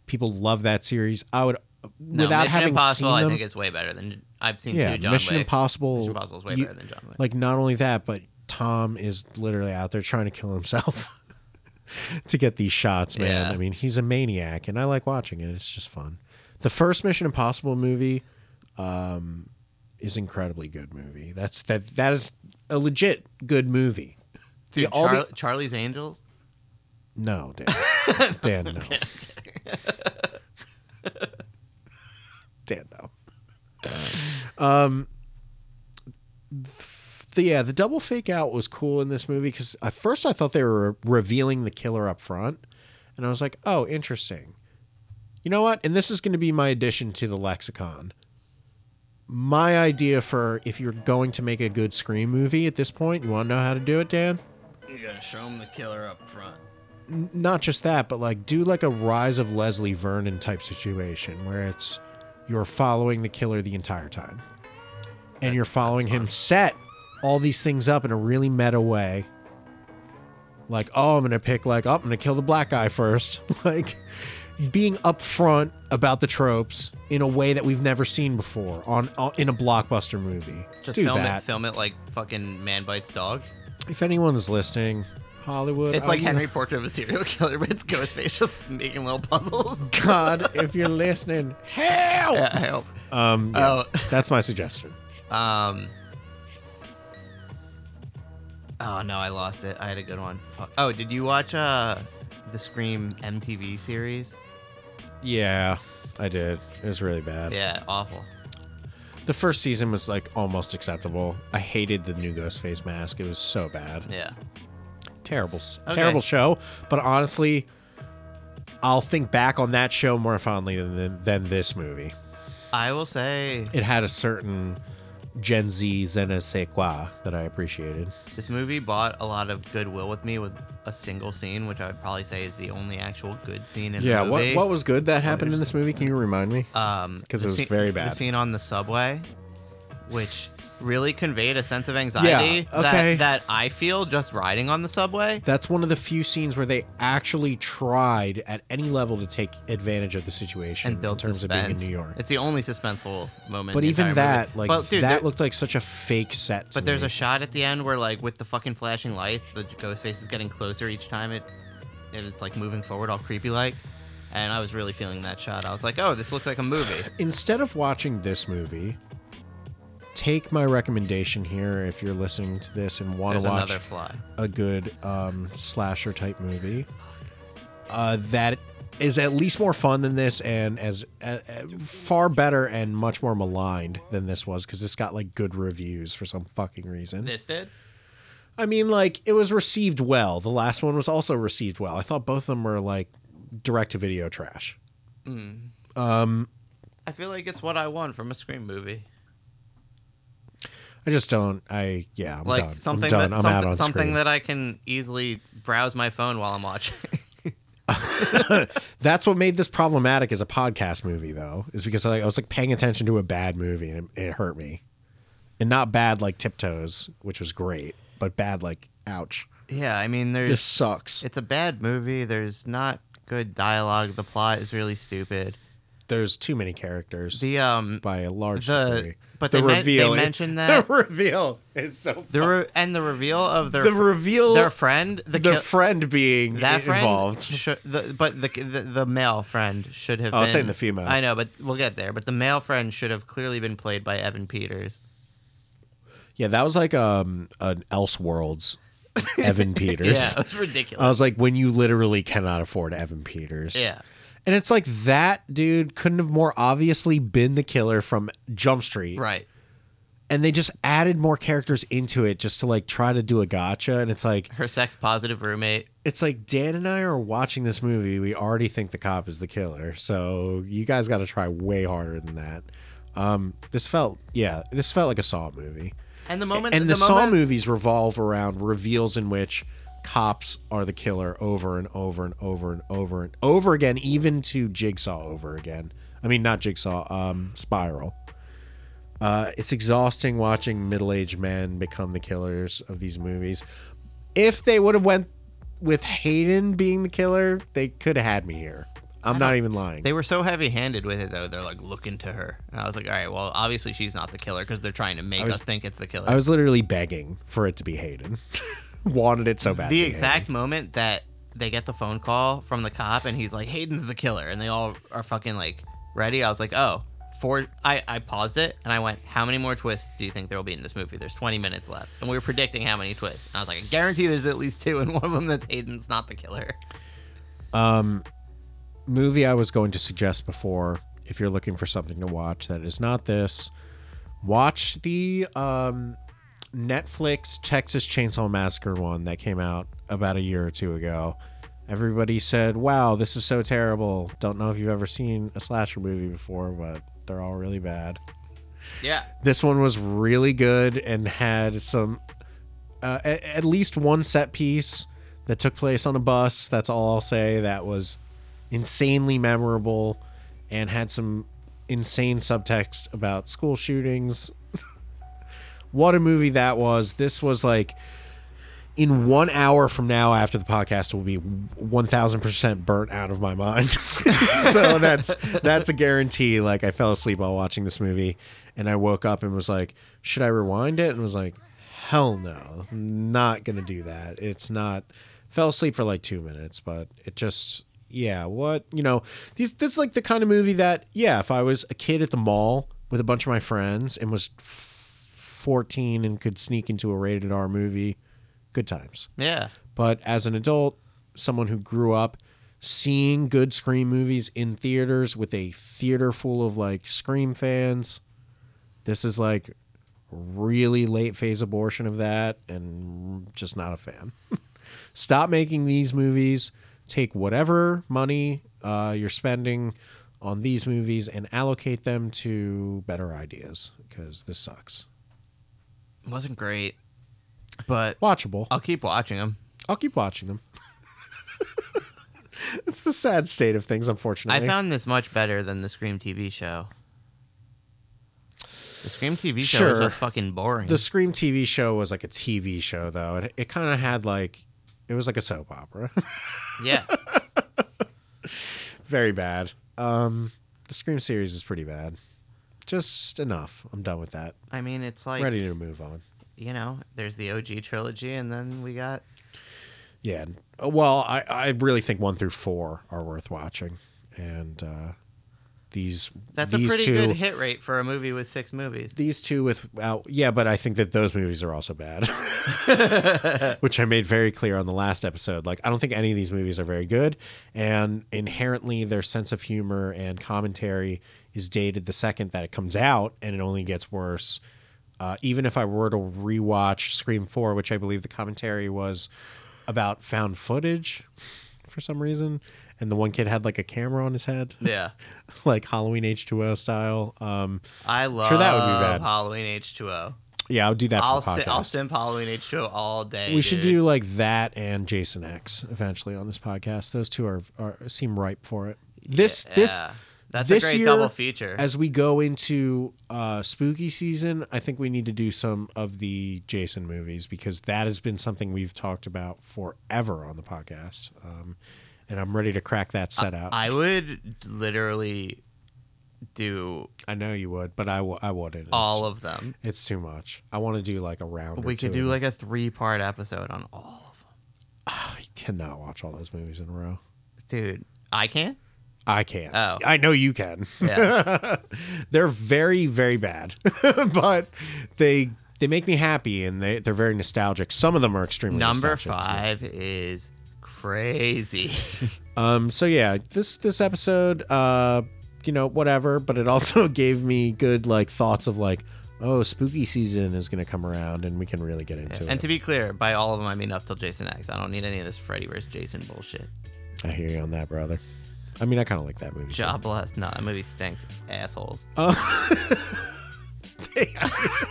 A: people love that series. I would,
B: No,
A: without
B: Mission
A: having
B: Impossible,
A: seen them,
B: I think it's way better than I've seen
A: yeah,
B: two John
A: Mission
B: Wicks.
A: Impossible,
B: Mission Impossible is way
A: you-
B: better than John Wick.
A: Like not only that, but Tom is literally out there trying to kill himself. To get these shots, man.
B: Yeah.
A: I mean, he's a maniac, and I like watching it. It's just fun. The first Mission Impossible movie, um, is incredibly good movie. That's that that is a legit good movie.
B: Dude,
A: Yeah, all
B: Char-
A: the-
B: Charlie's Angels.
A: No, Dan. Dan, no. Dan, no. Um, the, yeah, the double fake out was cool in this movie because at first I thought they were revealing the killer up front, and I was like, oh, interesting. You know what? And this is going to be my addition to the lexicon. My idea for if you're going to make a good Scream movie at this point, you want to know how to do it, Dan?
B: You gotta show him the killer up front.
A: not just that, but like do like a Rise of Leslie Vernon type situation where it's you're following the killer the entire time. And you're following him set all these things up in a really meta way. Like, oh, I'm gonna pick like, oh, I'm gonna kill the black guy first. like being upfront about the tropes in a way that we've never seen before on, on in a blockbuster movie.
B: Just
A: do
B: film
A: that. Oh,
B: it. Film it like fucking Man Bites Dog.
A: If anyone is listening, Hollywood.
B: It's
A: I
B: like
A: would-
B: Henry Portrait of a Serial Killer, but it's Ghostface just making little puzzles.
A: God, if you're listening, help!
B: yeah, Oh. help.
A: Um, yeah. That's my suggestion.
B: Oh, um. Oh no, I lost it. I had a good one. Fuck. Oh, did you watch uh the Scream MTV series?
A: Yeah, I did. It was really bad.
B: Yeah, awful.
A: The first season was like almost acceptable. I hated the new Ghostface mask. It was so bad.
B: Yeah.
A: Terrible, s
B: Okay.
A: terrible show. But honestly, I'll think back on that show more fondly than, than than this movie.
B: I will say
A: It had a certain Gen Z je ne sais quoi that I appreciated.
B: This movie bought a lot of goodwill with me with a single scene, which I would probably say is the only actual good scene in the movie.
A: was good that happened in this movie? Can you remind me?
B: um
A: 'Cause
B: the
A: it was
B: scene-
A: very
B: The
A: bad.
B: scene on the subway, which really conveyed a sense of anxiety
A: Yeah, okay.
B: that, that I feel just riding on the subway.
A: That's one of the few scenes where they actually tried at any level to take advantage of the situation
B: And build
A: in terms
B: suspense.
A: of being in New York.
B: It's the only suspenseful moment.
A: but
B: in the
A: even
B: entire
A: that,
B: movie.
A: like
B: But, dude,
A: that
B: there-
A: looked like such a fake set. To
B: But there's
A: me.
B: a shot at the end where, like, with the fucking flashing lights, the ghost face is getting closer each time it, and it's like moving forward, all creepy like. And I was really feeling that shot. I was like, "Oh, this looks like a movie."
A: instead of watching this movie, take my recommendation here if you're listening to this and want
B: There's
A: to watch
B: another fly.
A: a good um, slasher type movie. Uh, that is at least more fun than this and as uh, uh, far better and much more maligned than this was because this got like good reviews for some fucking reason.
B: This did.
A: I mean, like it was received well. The last one was also received well. I thought both of them were like direct to video trash.
B: I feel like it's what I want from a scream movie.
A: I just don't. I yeah, I'm
B: Like
A: done.
B: something
A: I'm done.
B: that
A: I'm out
B: something,
A: on
B: something
A: screen.
B: that I can easily browse my phone while I'm watching.
A: That's what made this problematic as a podcast movie, though, is because like, I was like paying attention to a bad movie and it, it hurt me, and not bad like Tiptoes, which was great, but bad like ouch,
B: yeah, I mean, there's
A: this sucks.
B: it's a bad movie. There's not good dialogue. The plot is really stupid.
A: There's too many characters
B: The um
A: by a large
B: the-
A: degree.
B: but they men- they mentioned that-
A: the reveal is so
B: the re- and the reveal of their
A: The reveal-
B: their friend the,
A: the
B: kill-
A: friend being
B: that
A: i-
B: friend
A: involved.
B: should- the, but the, the the male friend should have
A: I was
B: been-
A: saying the female.
B: I know, but we'll get there. But the male friend should have clearly been played by Evan Peters.
A: Yeah, that was like um an Elseworlds Evan Peters.
B: Yeah, it was ridiculous.
A: I was like, when you literally cannot afford Evan Peters.
B: yeah.
A: And it's like that dude couldn't have more obviously been the killer from Jump Street.
B: Right.
A: And they just added more characters into it just to like try to do a gotcha. And it's like
B: Her sex positive roommate.
A: it's like Dan and I are watching this movie. We already think the cop is the killer. So you guys gotta try way harder than that. Um this felt yeah, this felt like a Saw movie.
B: And the moment
A: and the, Saw
B: moment,
A: movies revolve around reveals in which cops are the killer over and over and over and over and over again, even to Jigsaw over again. I mean, not Jigsaw, um, Spiral. Uh, it's exhausting watching middle-aged men become the killers of these movies. If they would have went with Hayden being the killer, they could have had me here. I'm not even lying.
B: they were so heavy-handed with it though. They're like look into her, and I was like, all right, well, obviously she's not the killer because they're trying to make us think it's the killer.
A: I was literally begging for it to be Hayden. Wanted it so bad.
B: the exact moment that they get the phone call from the cop and he's like hayden's the killer and they all are fucking like ready i was like oh four i i paused it and i went how many more twists do you think there will be in this movie there's 20 minutes left and we were predicting how many twists and i was like i guarantee there's at least two and one of them that's hayden's not the killer
A: movie I was going to suggest before, if you're looking for something to watch that is not this, watch the um, Netflix Texas Chainsaw Massacre one that came out about a year or two ago. Everybody said, "Wow, this is so terrible." Don't know if you've ever seen a slasher movie before, but they're all really bad.
B: yeah
A: This one was really good and had some, uh, a- at least one set piece that took place on a bus. That's all I'll say. That was insanely memorable and had some insane subtext about school shootings. what a movie that was. This was like. In one hour from now, after the podcast, will be one thousand percent burnt out of my mind. so that's that's a guarantee. Like I fell asleep while watching this movie, and I woke up and was like, "Should I rewind it?" And was like, "Hell no, I'm not gonna do that. It's not." Fell asleep for like two minutes, but it just yeah. What you know? These this is like the kind of movie that yeah. If I was a kid at the mall with a bunch of my friends and was fourteen and could sneak into a rated R movie, good times.
B: yeah
A: But as an adult, someone who grew up seeing good Scream movies in theaters with a theater full of like Scream fans, this is like really late phase abortion of that and just not a fan. Stop making these movies. Take whatever money uh, you're spending on these movies and allocate them to better ideas because this sucks.
B: wasn't great but
A: Watchable.
B: i'll keep watching them
A: I'll keep watching them. it's the sad state of things,
B: i
A: unfortunately.
B: found this much better than the scream tv show the scream tv show
A: Sure.
B: was just fucking boring
A: the Scream TV show was like a TV show, though, and it kind of had like it was like a soap opera.
B: yeah
A: Very bad. Um, the Scream series is pretty bad. Just enough. I'm done with that.
B: i mean it's like
A: Ready to move on.
B: you know, there's the OG trilogy, and then we got
A: Yeah. Well, I, I really think one through four are worth watching, and uh, these
B: That's
A: these
B: a pretty
A: two,
B: good hit rate for a movie with six movies.
A: These two without yeah, but I think that those movies are also bad. Which I made very clear on the last episode. Like I don't think any of these movies are very good. And inherently their sense of humor and commentary is dated the second that it comes out and it only gets worse. Uh, even if I were to rewatch Scream 4, which I believe the commentary was about found footage for some reason, and the one kid had like a camera on his head,
B: Yeah,
A: like Halloween H2O style. Um,
B: I love
A: would be bad.
B: Halloween H two O.
A: yeah, I'll do that for
B: I'll
A: the podcast.
B: si- I'll simp Halloween H two O all day.
A: We should
B: dude.
A: do like that and Jason X eventually on this podcast. Those two are, are seem ripe for it. This this
B: Yeah. That's a
A: this
B: great
A: year,
B: double feature.
A: As we go into uh, spooky season, I think we need to do some of the Jason movies because that has been something we've talked about forever on the podcast. Um, and I'm ready to crack that set out. I,
B: I would literally do
A: know you would, but I w- I wouldn't. It's,
B: all of them.
A: it's too much. I want to do like a round. or
B: We could
A: two.
B: do like a three part episode on all of them,
A: I cannot watch all those movies in a row.
B: dude. I can.
A: I can.
B: Oh.
A: I know you can.
B: Yeah,
A: they're very very bad but they they make me happy and they, they're very nostalgic some of them are extremely
B: number
A: nostalgic to me.
B: five is crazy.
A: um so yeah this this episode uh you know whatever but it also gave me good like thoughts of like oh spooky season is gonna come around and we can really get into
B: and
A: it
B: to be clear, by all of them I mean up till Jason X. I don't need any of this Freddy vs. Jason bullshit.
A: i hear you on that brother i mean i kind of like that movie so-
B: God bless. No, that movie stinks. Assholes.
A: Oh.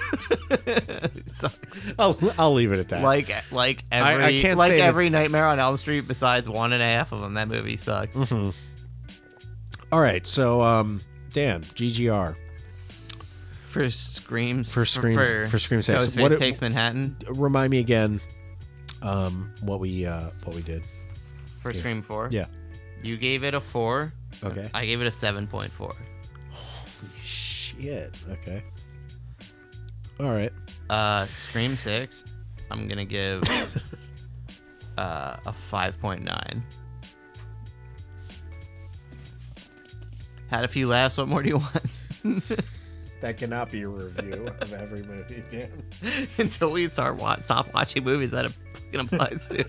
B: It sucks.
A: I'll, I'll leave it at that
B: Like like
A: I- I
B: every
A: can't
B: like
A: say that-
B: every Nightmare on Elm Street besides one and a half of them. That movie sucks.
A: Mm-hmm. all right so um dan ggr
B: For screams.
A: For Scream- for Scream six.
B: Ghostface
A: What it-
B: takes Manhattan.
A: remind me again um what we uh what we did
B: For Scream four.
A: yeah
B: You gave it a four.
A: Okay.
B: I gave it a seven point four.
A: Shit. Okay. All right.
B: Uh, Scream six. I'm gonna give uh, a five point nine. Had a few laughs. What more do you want?
A: That cannot be a review of every movie, Dan.
B: Until we start wa- stop watching movies that it fucking applies to.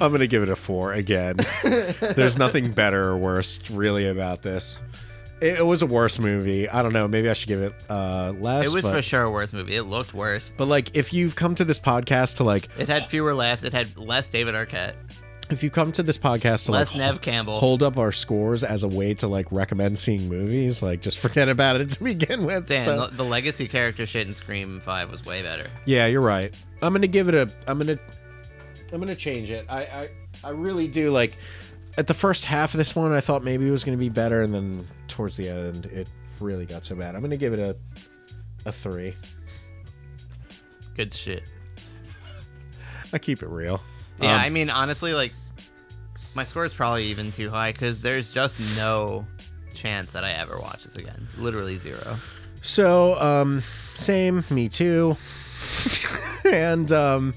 A: I'm gonna give it a four again. There's nothing better or worse really about this. It, it was a worse movie. I don't know. Maybe I should give it uh, less.
B: it was
A: but,
B: for sure a worse movie. It looked worse.
A: But like, if you've come to this podcast to like,
B: It had fewer laughs. It had less David Arquette,
A: if you come to this podcast to
B: less
A: like,
B: Nev Campbell.
A: hold up our scores as a way to like recommend seeing movies, like just forget about it to begin with.
B: Damn,
A: so-
B: the, the legacy character shit in Scream Five was way better.
A: Yeah, you're right. I'm gonna give it a. I'm gonna. I'm gonna change it. I. I, I really do like. At the first half of this one, I thought maybe it was gonna be better, and then towards the end, it really got so bad. I'm gonna give it a. A three.
B: Good shit.
A: I keep it real.
B: Yeah,
A: Um,
B: I mean, honestly, like, my score is probably even too high because there's just no chance that I ever watch this again. It's literally zero.
A: So, um, same, me too. and, um,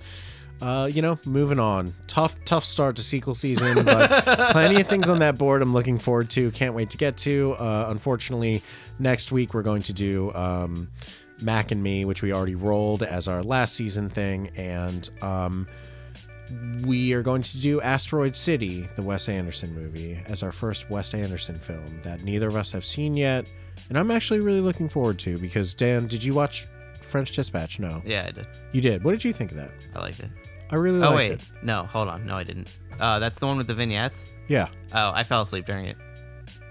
A: uh, you know, moving on. Tough, tough start to sequel season, but plenty of things on that board I'm looking forward to. Can't wait to get to. Uh, unfortunately, next week we're going to do um, Mac and Me, which we already rolled as our last season thing. And, um, we are going to do Asteroid City, the Wes Anderson movie, as our first Wes Anderson film that neither of us have seen yet. And I'm actually really looking forward to because, Dan, did you watch French Dispatch? No.
B: Yeah, I did.
A: You did. What did you think of that?
B: I liked it.
A: I really
B: Oh
A: liked
B: wait,
A: it.
B: no, hold on, no, I didn't. Uh, that's the one with the vignettes.
A: Yeah.
B: Oh, I fell asleep during it.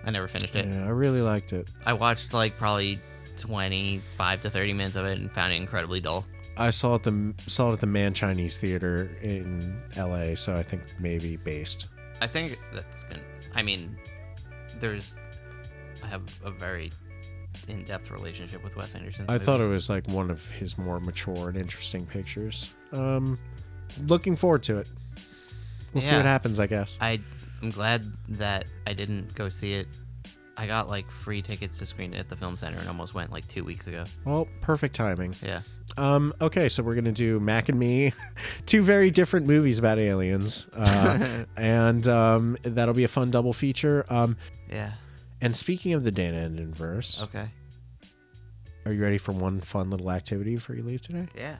B: I never finished it.
A: Yeah, I really liked it.
B: I watched like probably twenty-five to thirty minutes of it and found it incredibly dull.
A: I saw it the saw it at the Man Chinese Theater in LA, so I think maybe based.
B: I think that's gonna. I mean, there's. I have a very in-depth relationship with Wes Anderson.
A: I thought it was like one of his more mature and interesting pictures. Um looking forward to it. We'll see
B: Yeah.
A: what happens, I guess.
B: I I'm glad that I didn't go see it I got like free tickets to screen it at the film center and almost went like two weeks ago.
A: Well, perfect timing.
B: Yeah.
A: Um, okay, so we're gonna do Mac and Me, two very different movies about aliens, uh, and um, that'll be a fun double feature. Um,
B: Yeah.
A: and speaking of the Dana and Inverse,
B: Okay.
A: are you ready for one fun little activity before you leave today?
B: Yeah.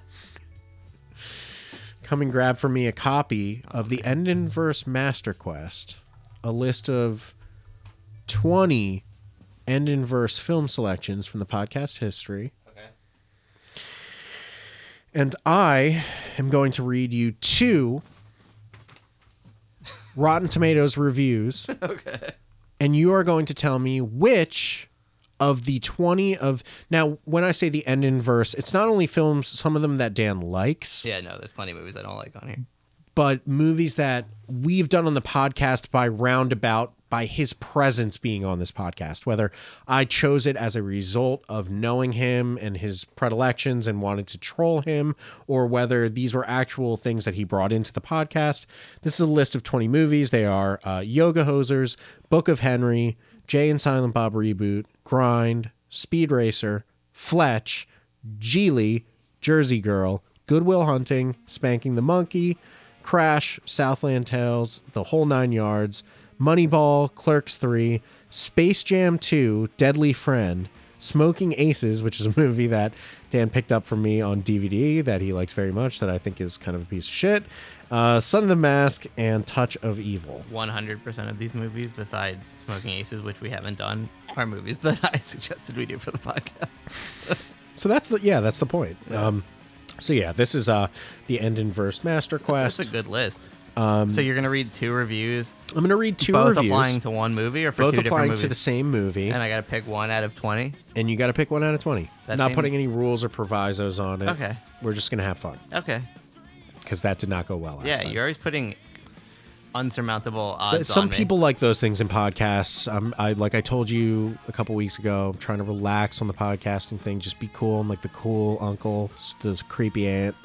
A: Come and grab for me a copy of the End Inverse Master Quest, a list of twenty End Inverse film selections from the podcast history.
B: Okay.
A: And I am going to read you two Rotten Tomatoes reviews. okay. And you are going to tell me which of the 20 of. Now, when I say the end in verse, it's not only films, some of them that Dan likes,
B: Yeah, no, there's plenty of movies I don't like on here.
A: but movies that we've done on the podcast by roundabout by his presence being on this podcast whether i chose it as a result of knowing him and his predilections and wanted to troll him or whether these were actual things that he brought into the podcast this is a list of 20 movies they are uh, yoga hosers book of henry jay and silent bob reboot grind speed racer fletch Geely, Jersey Girl, Goodwill Hunting, Spanking the Monkey, Crash, Southland Tales, The Whole Nine Yards, Moneyball, Clerks 3, Space Jam 2, Deadly Friend, Smoking Aces, which is a movie that Dan picked up for me on DVD that he likes very much, that I think is kind of a piece of shit, uh, Son of the Mask, and Touch of Evil.
B: 100% of these movies, besides Smoking Aces, which we haven't done, are movies that I suggested we do for the podcast.
A: So that's the, yeah, that's the point. Um, so yeah, this is uh, the End in Verse Master
B: That's,
A: Quest.
B: that's a good list. so you're gonna read two reviews,
A: I'm going to read Um, two
B: both
A: reviews.
B: applying to one movie or for
A: both
B: two different
A: applying
B: movies,
A: to the same movie,
B: and
A: and,
B: I gotta pick one out of twenty.
A: you got to pick one out of twenty.
B: That
A: not
B: same-
A: putting any rules or provisos on it.
B: Okay.
A: we're just gonna have fun
B: Okay.
A: because that did not go well. Last
B: yeah,
A: time.
B: you're always putting unsurmountable
A: Th-
B: odds.
A: Some
B: on me.
A: people like those things in podcasts. Um, I like I told you a couple weeks ago. I'm trying to relax on the podcasting thing. Just be cool. I'm like the cool uncle, s- the creepy aunt,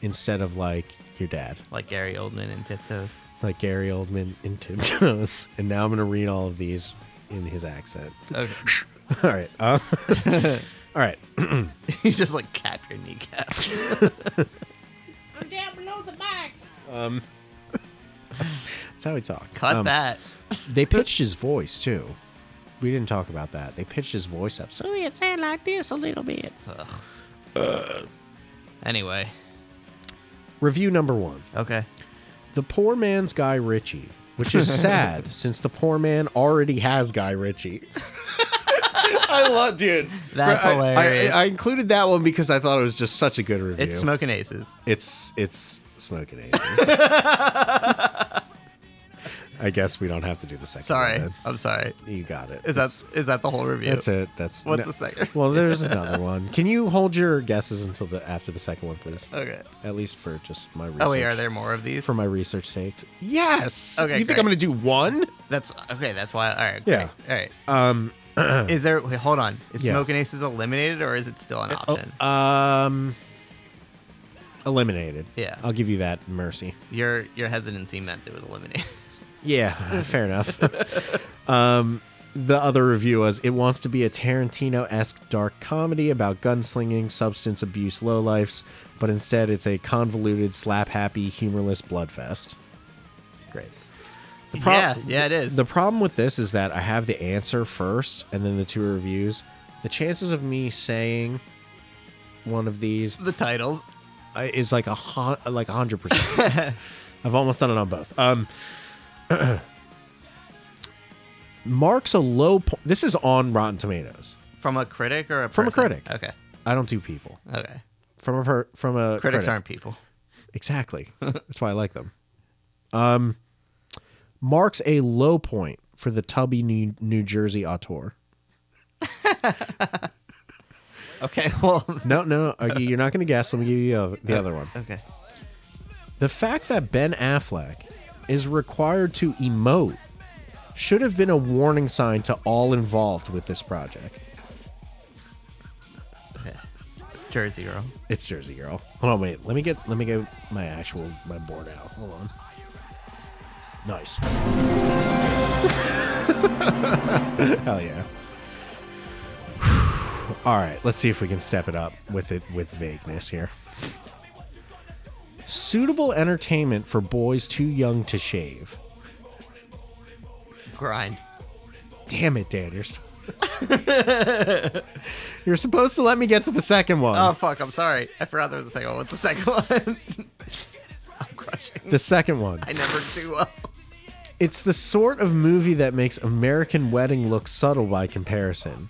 A: instead of like your dad,
B: like Gary Oldman and Tiptoes.
A: like Gary Oldman in Tiptoes. And now I'm gonna read all of these in his accent.
B: Okay.
A: all right. Uh, all right.
B: you just like cap your kneecap.
E: I'm down below the bike.
A: That's how he talks.
B: Cut
A: Um,
B: that.
A: They pitched his voice too. We didn't talk about that. They pitched his voice up. So
E: Do it sound like this a little bit.
B: Anyway.
A: review number one:
B: Okay.
A: The Poor Man's Guy Ritchie, which is sad since the poor man already has Guy Ritchie. I love, Oh, dude.
B: That's
A: I- I-
B: hilarious.
A: I, I included that one because I thought it was just such a good review.
B: It's smoking aces.
A: It's it's smoking aces. I guess we don't have to do the second.
B: Sorry.
A: one
B: I'm sorry.
A: then. you got it.
B: Is that is that the whole review?
A: That's it. That's
B: What's the second?
A: Well, there's another one. Can you hold your guesses until the after the second one, please?
B: Okay.
A: At least for just my research.
B: Oh wait, are there more of these?
A: for my research sakes? Yes.
B: Okay,
A: You think
B: great.
A: I'm going to do one?
B: That's okay. That's why. All right.
A: Yeah.
B: Great. All right. Um. is there? Wait, hold on. Is
A: Yeah.
B: smoking aces eliminated or is it still an option?
A: Oh, um. Eliminated.
B: Yeah.
A: I'll give you that mercy.
B: your your hesitancy meant it was eliminated.
A: Yeah. fair enough. um. The other review was it wants to be a Tarantino esque dark comedy about gunslinging, substance abuse, lowlifes, but instead it's a convoluted, slap happy, humorless bloodfest. Great. The pro-
B: yeah. Yeah. It is.
A: The problem with this is that I have the answer first and then the two reviews. The chances of me saying one of these
B: the titles.
A: uh, is like a hun- like a hundred percent. I've almost done it on both. Um, marks a low. Po- this is on Rotten Tomatoes.
B: From a critic or a
A: From a
B: person?
A: critic.
B: Okay.
A: I don't do people
B: Okay.
A: from a per- from a
B: Critics
A: critic.
B: aren't people.
A: Exactly. That's why I like them. Um, marks a low point for the Tubby New, New Jersey auteur.
B: Okay. Well.
A: No, no, no. You're not going to guess. Let me give you the other, the other one.
B: Okay.
A: The fact that Ben Affleck is required to emote should have been a warning sign to all involved with this project.
B: It's Jersey Girl.
A: It's Jersey Girl. Hold on, wait. Let me get let me get my actual my board out. Hold on. Nice. Hell yeah. All right, let's see if we can step it up with it with vagueness here. Suitable entertainment for boys too young to shave.
B: Grind.
A: Damn it, Dan. You're, sp- you're supposed to let me get to the second one.
B: Oh fuck! I'm sorry. I forgot there was a second one. What's the second one? I'm crushing.
A: the second one.
B: I never do well.
A: It's the sort of movie that makes American Wedding look subtle by comparison.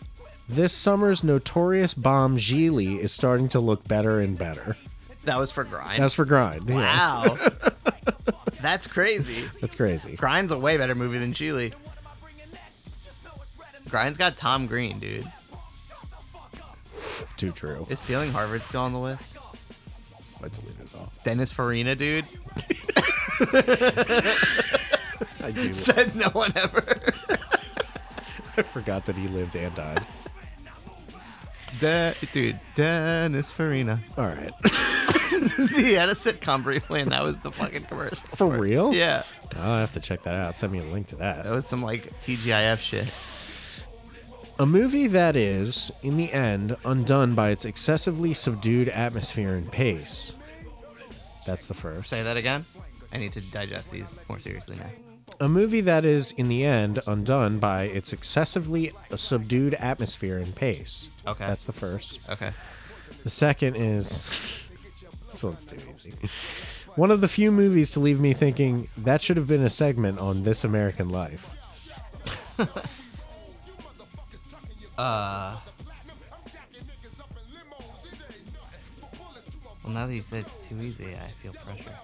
A: This summer's notorious bomb Gigli is starting to look better and better.
B: That was for grind.
A: That's for grind. yeah.
B: wow. That's crazy.
A: That's crazy.
B: Grind's a way better movie than Chile. Grind's got Tom Green, dude.
A: Too true.
B: Is Stealing Harvard still on the list?
A: I deleted it all.
B: Dennis Farina, dude.
A: I do.
B: Said no one ever.
A: I forgot that he lived and died.
B: De- dude, Dennis Farina.
A: All right.
B: he had a sitcom briefly, and that was the fucking commercial.
A: For
B: it.
A: real?
B: Yeah.
A: I'll have to check that out. Send me a link to that.
B: That was some like TGIF shit.
A: A movie that is, in the end, undone by its excessively subdued atmosphere and pace. That's the first.
B: Say that again. I need to digest these more seriously now.
A: A movie that is, in the end, undone by its excessively subdued atmosphere and pace.
B: Okay.
A: That's the first.
B: Okay.
A: The second is. This one's too easy. One of the few movies to leave me thinking that should have been a segment on This American Life.
B: Well, now that you said it's too easy, I feel pressure.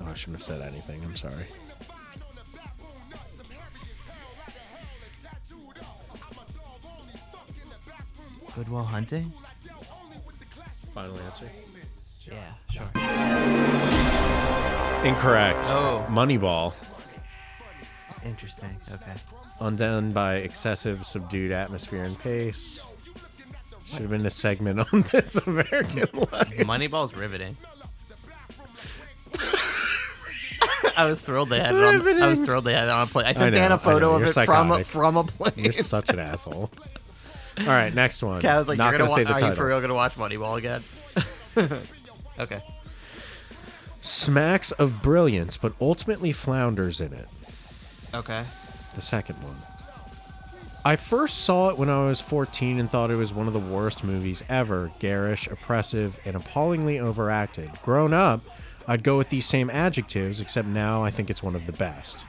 A: Oh, I shouldn't have said anything. I'm sorry.
B: Goodwill Hunting?
A: Final answer.
B: Yeah, sure.
A: Incorrect.
B: Oh.
A: Moneyball.
B: Interesting. Okay.
A: Undone by excessive subdued atmosphere and pace. Should have been a segment on This American Life.
B: Moneyball's riveting. I was thrilled they had it on. I was
A: Riveting.
B: thrilled they had it on a plate. I
A: I
B: sent
A: know,
B: Dan
A: I
B: a photo
A: know,
B: of
A: you're
B: it from a,
A: psychotic.
B: from a plane.
A: You're such an asshole. All right, next one.
B: I was like,
A: Not
B: you're gonna,
A: say the
B: watch, are you
A: title.
B: for real gonna watch Moneyball again? okay.
A: Smacks of brilliance, but ultimately flounders in it.
B: Okay.
A: The second one. I first saw it when I was 14 and thought it was one of the worst movies ever garish, oppressive, and appallingly overacted. Grown up, I'd go with these same adjectives, except now I think it's one of the best.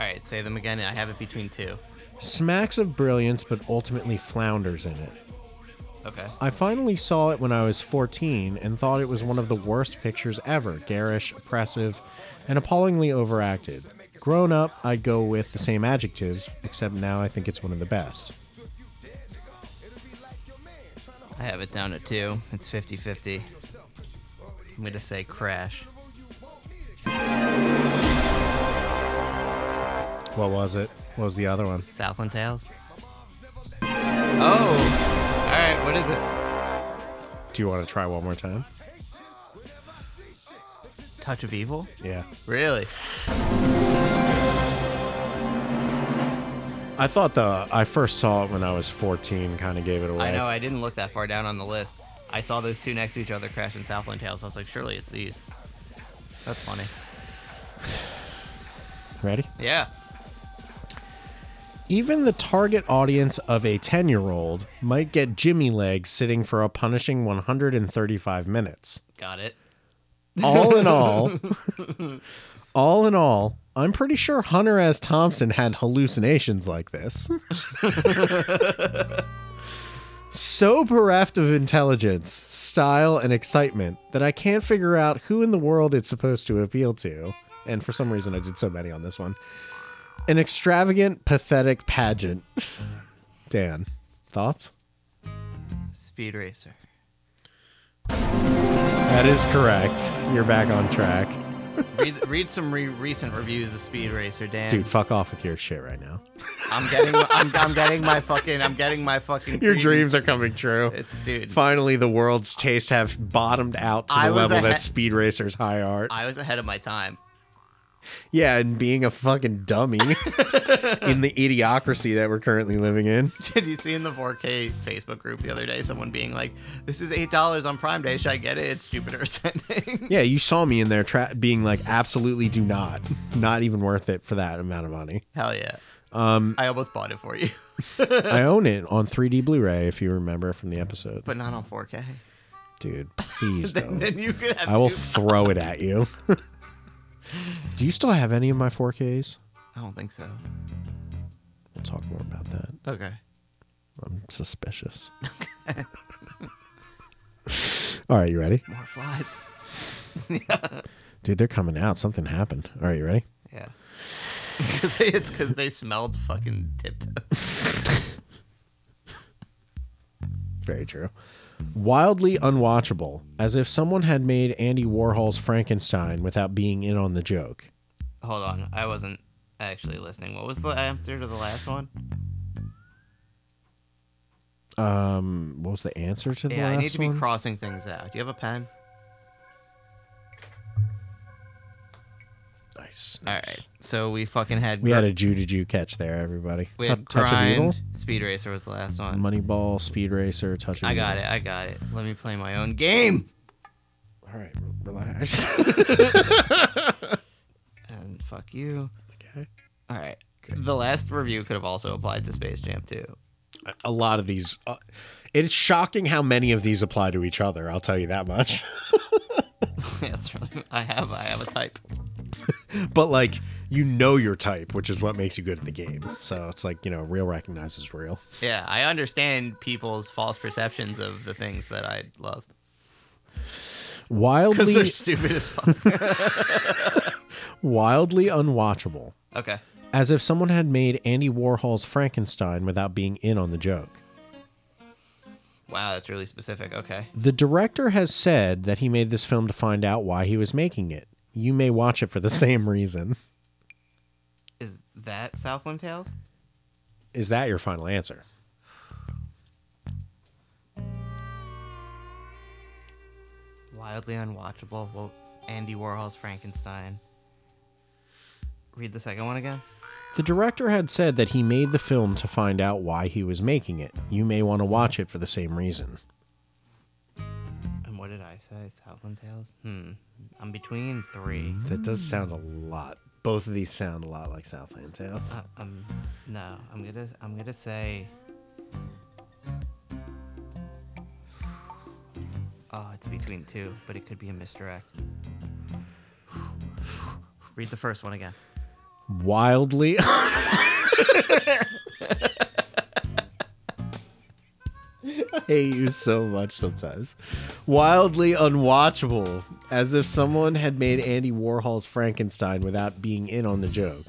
B: All right. Say them again. I have it between two.
A: Smacks of brilliance, but ultimately flounders in it.
B: Okay.
A: I finally saw it when I was 14 and thought it was one of the worst pictures ever garish, oppressive, and appallingly overacted. Grown up, I'd go with the same adjectives, except now I think it's one of the best.
B: I have it down at two. It's 50 50. I'm gonna say Crash.
A: What was it? What was the other one?
B: Southland Tales. Oh. All right. What is it?
A: Do you want to try one more time?
B: Touch of Evil.
A: Yeah.
B: Really?
A: I thought the I first saw it when I was 14 kind of gave it away.
B: I know I didn't look that far down on the list. I saw those two next to each other, Crash and Southland Tales. I was like, surely it's these. That's funny.
A: Ready?
B: Yeah.
A: Even the target audience of a 10 year old might get Jimmy legs sitting for a punishing 135 minutes.
B: Got it.
A: all in all, all in all, I'm pretty sure Hunter S. Thompson had hallucinations like this. so bereft of intelligence, style, and excitement that I can't figure out who in the world it's supposed to appeal to. And for some reason, I did so many on this one. An extravagant, pathetic pageant. Dan, thoughts?
B: Speed Racer.
A: That is correct. You're back on track.
B: Read, read some re- recent reviews of Speed Racer, Dan.
A: Dude, fuck off with your shit right now.
B: I'm getting, I'm, I'm getting my fucking, I'm getting my fucking.
A: Your
B: greedy-
A: dreams are coming true.
B: It's dude.
A: Finally, the world's taste have bottomed out to the
B: I was
A: level
B: ahe-
A: that Speed Racer's high art.
B: I was ahead of my time.
A: Yeah, and being a fucking dummy in the idiocracy that we're currently living in.
B: Did you see in the 4K Facebook group the other day someone being like, "This is eight dollars on Prime Day. Should I get it? It's Jupiter ascending."
A: Yeah, you saw me in there tra- being like, absolutely do not. Not even worth it for that amount of money.
B: Hell yeah. Um, I almost bought it for you,
A: I own it on 3D Blu ray, if you remember from the episode.
B: but not on 4K.
A: Dude, please
B: Then,
A: don't.
B: then you could have.
A: Oh. I will
B: two-
A: throw it at you. do you still have any of my 4Ks?
B: I don't think so.
A: We'll talk more about that.
B: Okay.
A: I'm suspicious. All right, you ready?
B: More flies.
A: Dude, they're coming out. Something happened. All right, you ready?
B: Yeah. Cause they, it's because they smelled fucking tiptoe.
A: Very true. Wildly unwatchable, as if someone had made Andy Warhol's Frankenstein without being in on the joke.
B: Hold on, I wasn't actually listening. What was the answer to the last one?
A: Um, what was the answer to the
B: Yeah,
A: last
B: I need to be
A: one?
B: crossing things out. Do you have a pen?
A: nice.
B: All
A: nice.
B: right. So we fucking had
A: We had a Jew to Jew catch there, everybody.
B: we
A: Tou-
B: had
A: touch
B: grind.
A: of
B: Speed Racer was the last one.
A: evil, Moneyball, Speed Racer, touch of
B: I
A: evil.
B: got it. I got it. Let me play my own game.
A: All right, re- relax.
B: And fuck you.
A: okay.
B: All right. The last review could have also applied to Space Jam too.
A: A lot of these. Uh, it's shocking how many of these apply to each other. I'll tell you that much.
B: That's really. I have. I have a type.
A: but like you know your type, which is what makes you good at the game. So it's like you know, real recognizes real.
B: Yeah, I understand people's false perceptions of the things that I love because they're
A: Wildly,
B: stupid as fuck.
A: wildly unwatchable,
B: okay.
A: as if someone had made Andy Warhol's Frankenstein without being in on the joke.
B: Wow, that's really specific. Okay.
A: The director has said that he made this film to find out why he was making it. You may watch it for the same reason.
B: Is that Southland Tales?
A: Is that your final answer?
B: Wildly unwatchable. Well, Andy Warhol's Frankenstein. Read the second one again.
A: The director had said that he made the film to find out why he was making it. You may want to watch it for the same reason.
B: And what did I say? Southland Tales? Hmm. I'm between three.
A: That does sound a lot. Both of these sound a lot like Southland Tales.
B: Uh, um, no, I'm gonna, I'm gonna say. Oh, it's between two, but it could be a misdirect. Read the first one again.
A: Wildly. I hate you so much sometimes. Wildly unwatchable, as if someone had made Andy Warhol's Frankenstein without being in on the joke.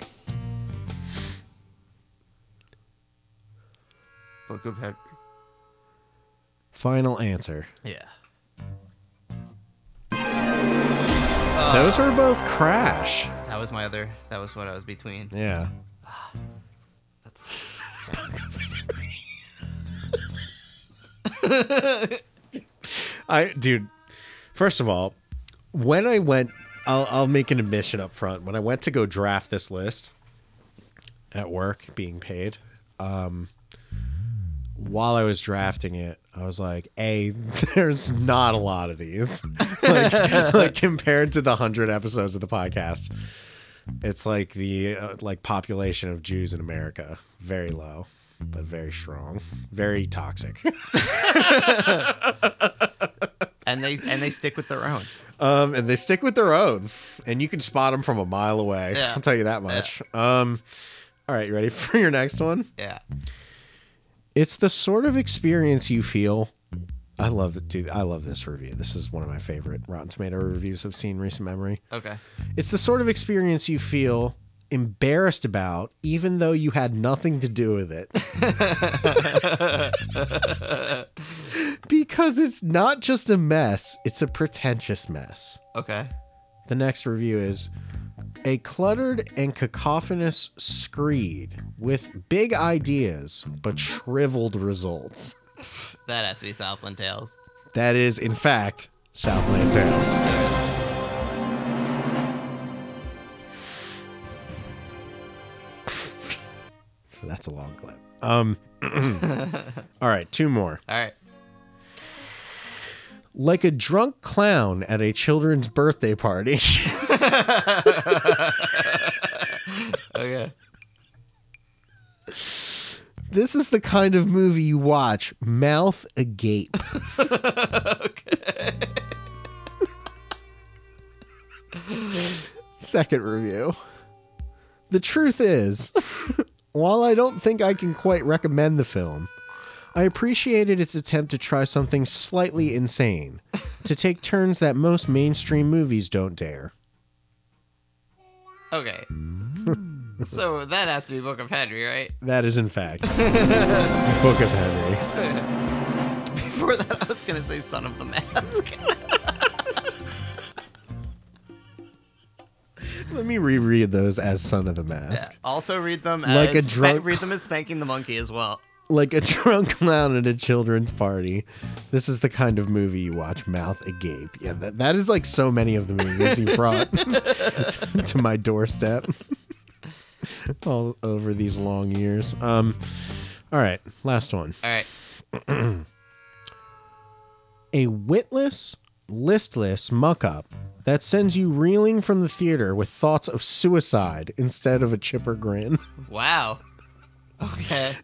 B: Book of Henry.
A: Final answer.
B: Yeah.
A: Those are both crash.
B: That was my other. That was what I was between.
A: Yeah.
B: That's...
A: I dude, first of all, when I went I'll I'll make an admission up front. When I went to go draft this list at work being paid, um while I was drafting it, I was like, "A, there's not a lot of these." like, like compared to the 100 episodes of the podcast, it's like the uh, like population of Jews in America, very low, but very strong, very toxic.
B: And they and they stick with their own.
A: Um, and they stick with their own, and you can spot them from a mile away.
B: Yeah.
A: I'll tell you that much. Um, all right, you ready for your next one?
B: Yeah.
A: It's the sort of experience you feel. I love it, dude. I love this review. This is one of my favorite Rotten Tomato reviews I've seen in recent memory.
B: Okay.
A: It's the sort of experience you feel embarrassed about, even though you had nothing to do with it. because it's not just a mess, it's a pretentious mess.
B: Okay.
A: The next review is a cluttered and cacophonous screed with big ideas but shriveled results.
B: That has to be Southland Tales.
A: That is, in fact, Southland Tales. That's a long clip. Um, all right, two more.
B: All right.
A: Like a drunk clown at a children's birthday party.
B: Okay.
A: this is the kind of movie you watch, mouth agape. Second review. The truth is, while I don't think I can quite recommend the film, I appreciated its attempt to try something slightly insane, to take turns that most mainstream movies don't dare.
B: Okay. so that has to be Book of Henry, right?
A: That is, in fact, Book of Henry.
B: Before that, I was gonna say Son of the Mask.
A: Let me reread those as Son of the Mask.
B: also read them
A: Like
B: as
A: a
B: spa-
A: drunk-
B: read them as spanking the monkey as well.
A: Like a drunk clown at a children's party. This is the kind of movie you watch mouth agape. Yeah, that, that is like so many of the movies you brought to my doorstep all over these long years. Um, all right, last one.
B: All right.
A: A witless, listless muck up that sends you reeling from the theater with thoughts of suicide instead of a chipper grin.
B: Wow. Okay.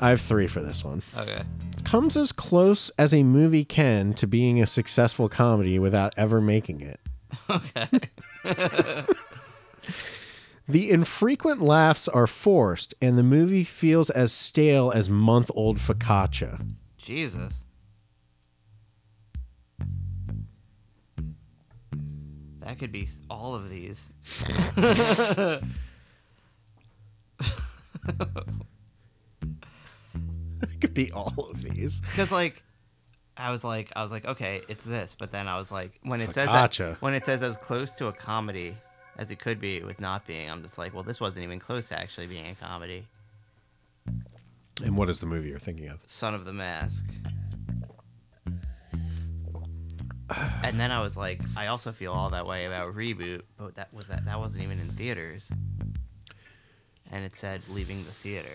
A: I have three for this one.
B: Okay.
A: comes as close as a movie can to being a successful comedy without ever making it. the infrequent laughs are forced, and the movie feels as stale as month old focaccia.
B: Jesus. That could be s- all of these.
A: It could be all of these.
B: Because like, I was like, I was like, okay, it's this. But then I was like, when it says that-
A: Focaccia.
B: when it says as close to a comedy as it could be with not being, I'm just like, well, this wasn't even close to actually being a comedy.
A: And what is the movie you're thinking of?
B: Son of the Mask. And then I was like, I also feel all that way about reboot, but that was that that wasn't even in theaters. And it said leaving the theater.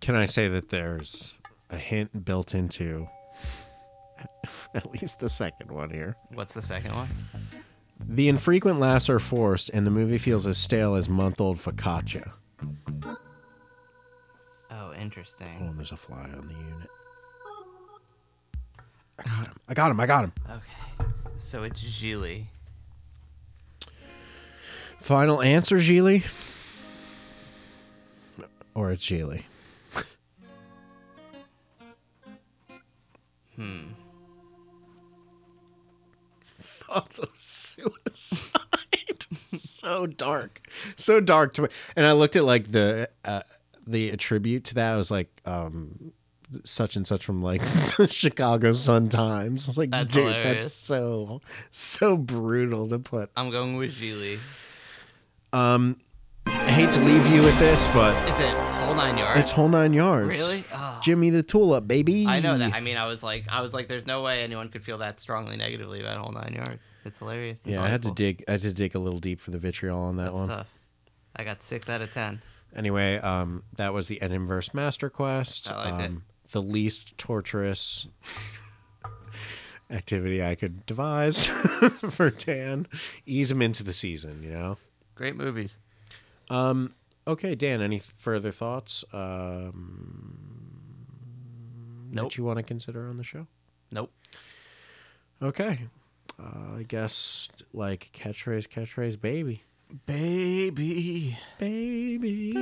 A: Can I say that there's a hint built into at least the second one here?
B: What's the second one?
A: The infrequent laughs are forced, and the movie feels as stale as month old focaccia.
B: Oh, interesting.
A: Oh, there's a fly on the unit. I got him. I got him. I got him.
B: Okay. So it's Gili.
A: Final answer, Geely? Or it's Geely. hmm. Thoughts of suicide. so dark. So dark to me. And I looked at like the uh, the attribute to that. I was like, um, such and such from like the Chicago Sun Times. I was like,
B: That's
A: dude, that's
B: hilarious.
A: so so brutal to put.
B: I'm going with Gili.
A: I hate to leave you with this, but
B: Is it whole nine yards?
A: It's whole nine yards.
B: really? Oh.
A: Jimmy the Tulip, baby.
B: I know that. I mean, I was like, I was like, there's no way anyone could feel that strongly negatively about whole nine yards. It's hilarious. It's
A: yeah, I had to
B: awful.
A: dig. I had to dig a little deep for the vitriol on that one.
B: Stuff. I got six out of ten.
A: Anyway, um, that was the N inverse master quest.
B: I liked it.
A: um, The least torturous activity I could devise for Dan. Ease him into the season, you know.
B: Great movies.
A: Okay, Dan. Any further thoughts um,
B: Nope.
A: that you want to consider on the show?
B: Nope.
A: Okay. Uh, I guess like catchphrase, catchphrase, baby.
B: Baby.
A: Baby.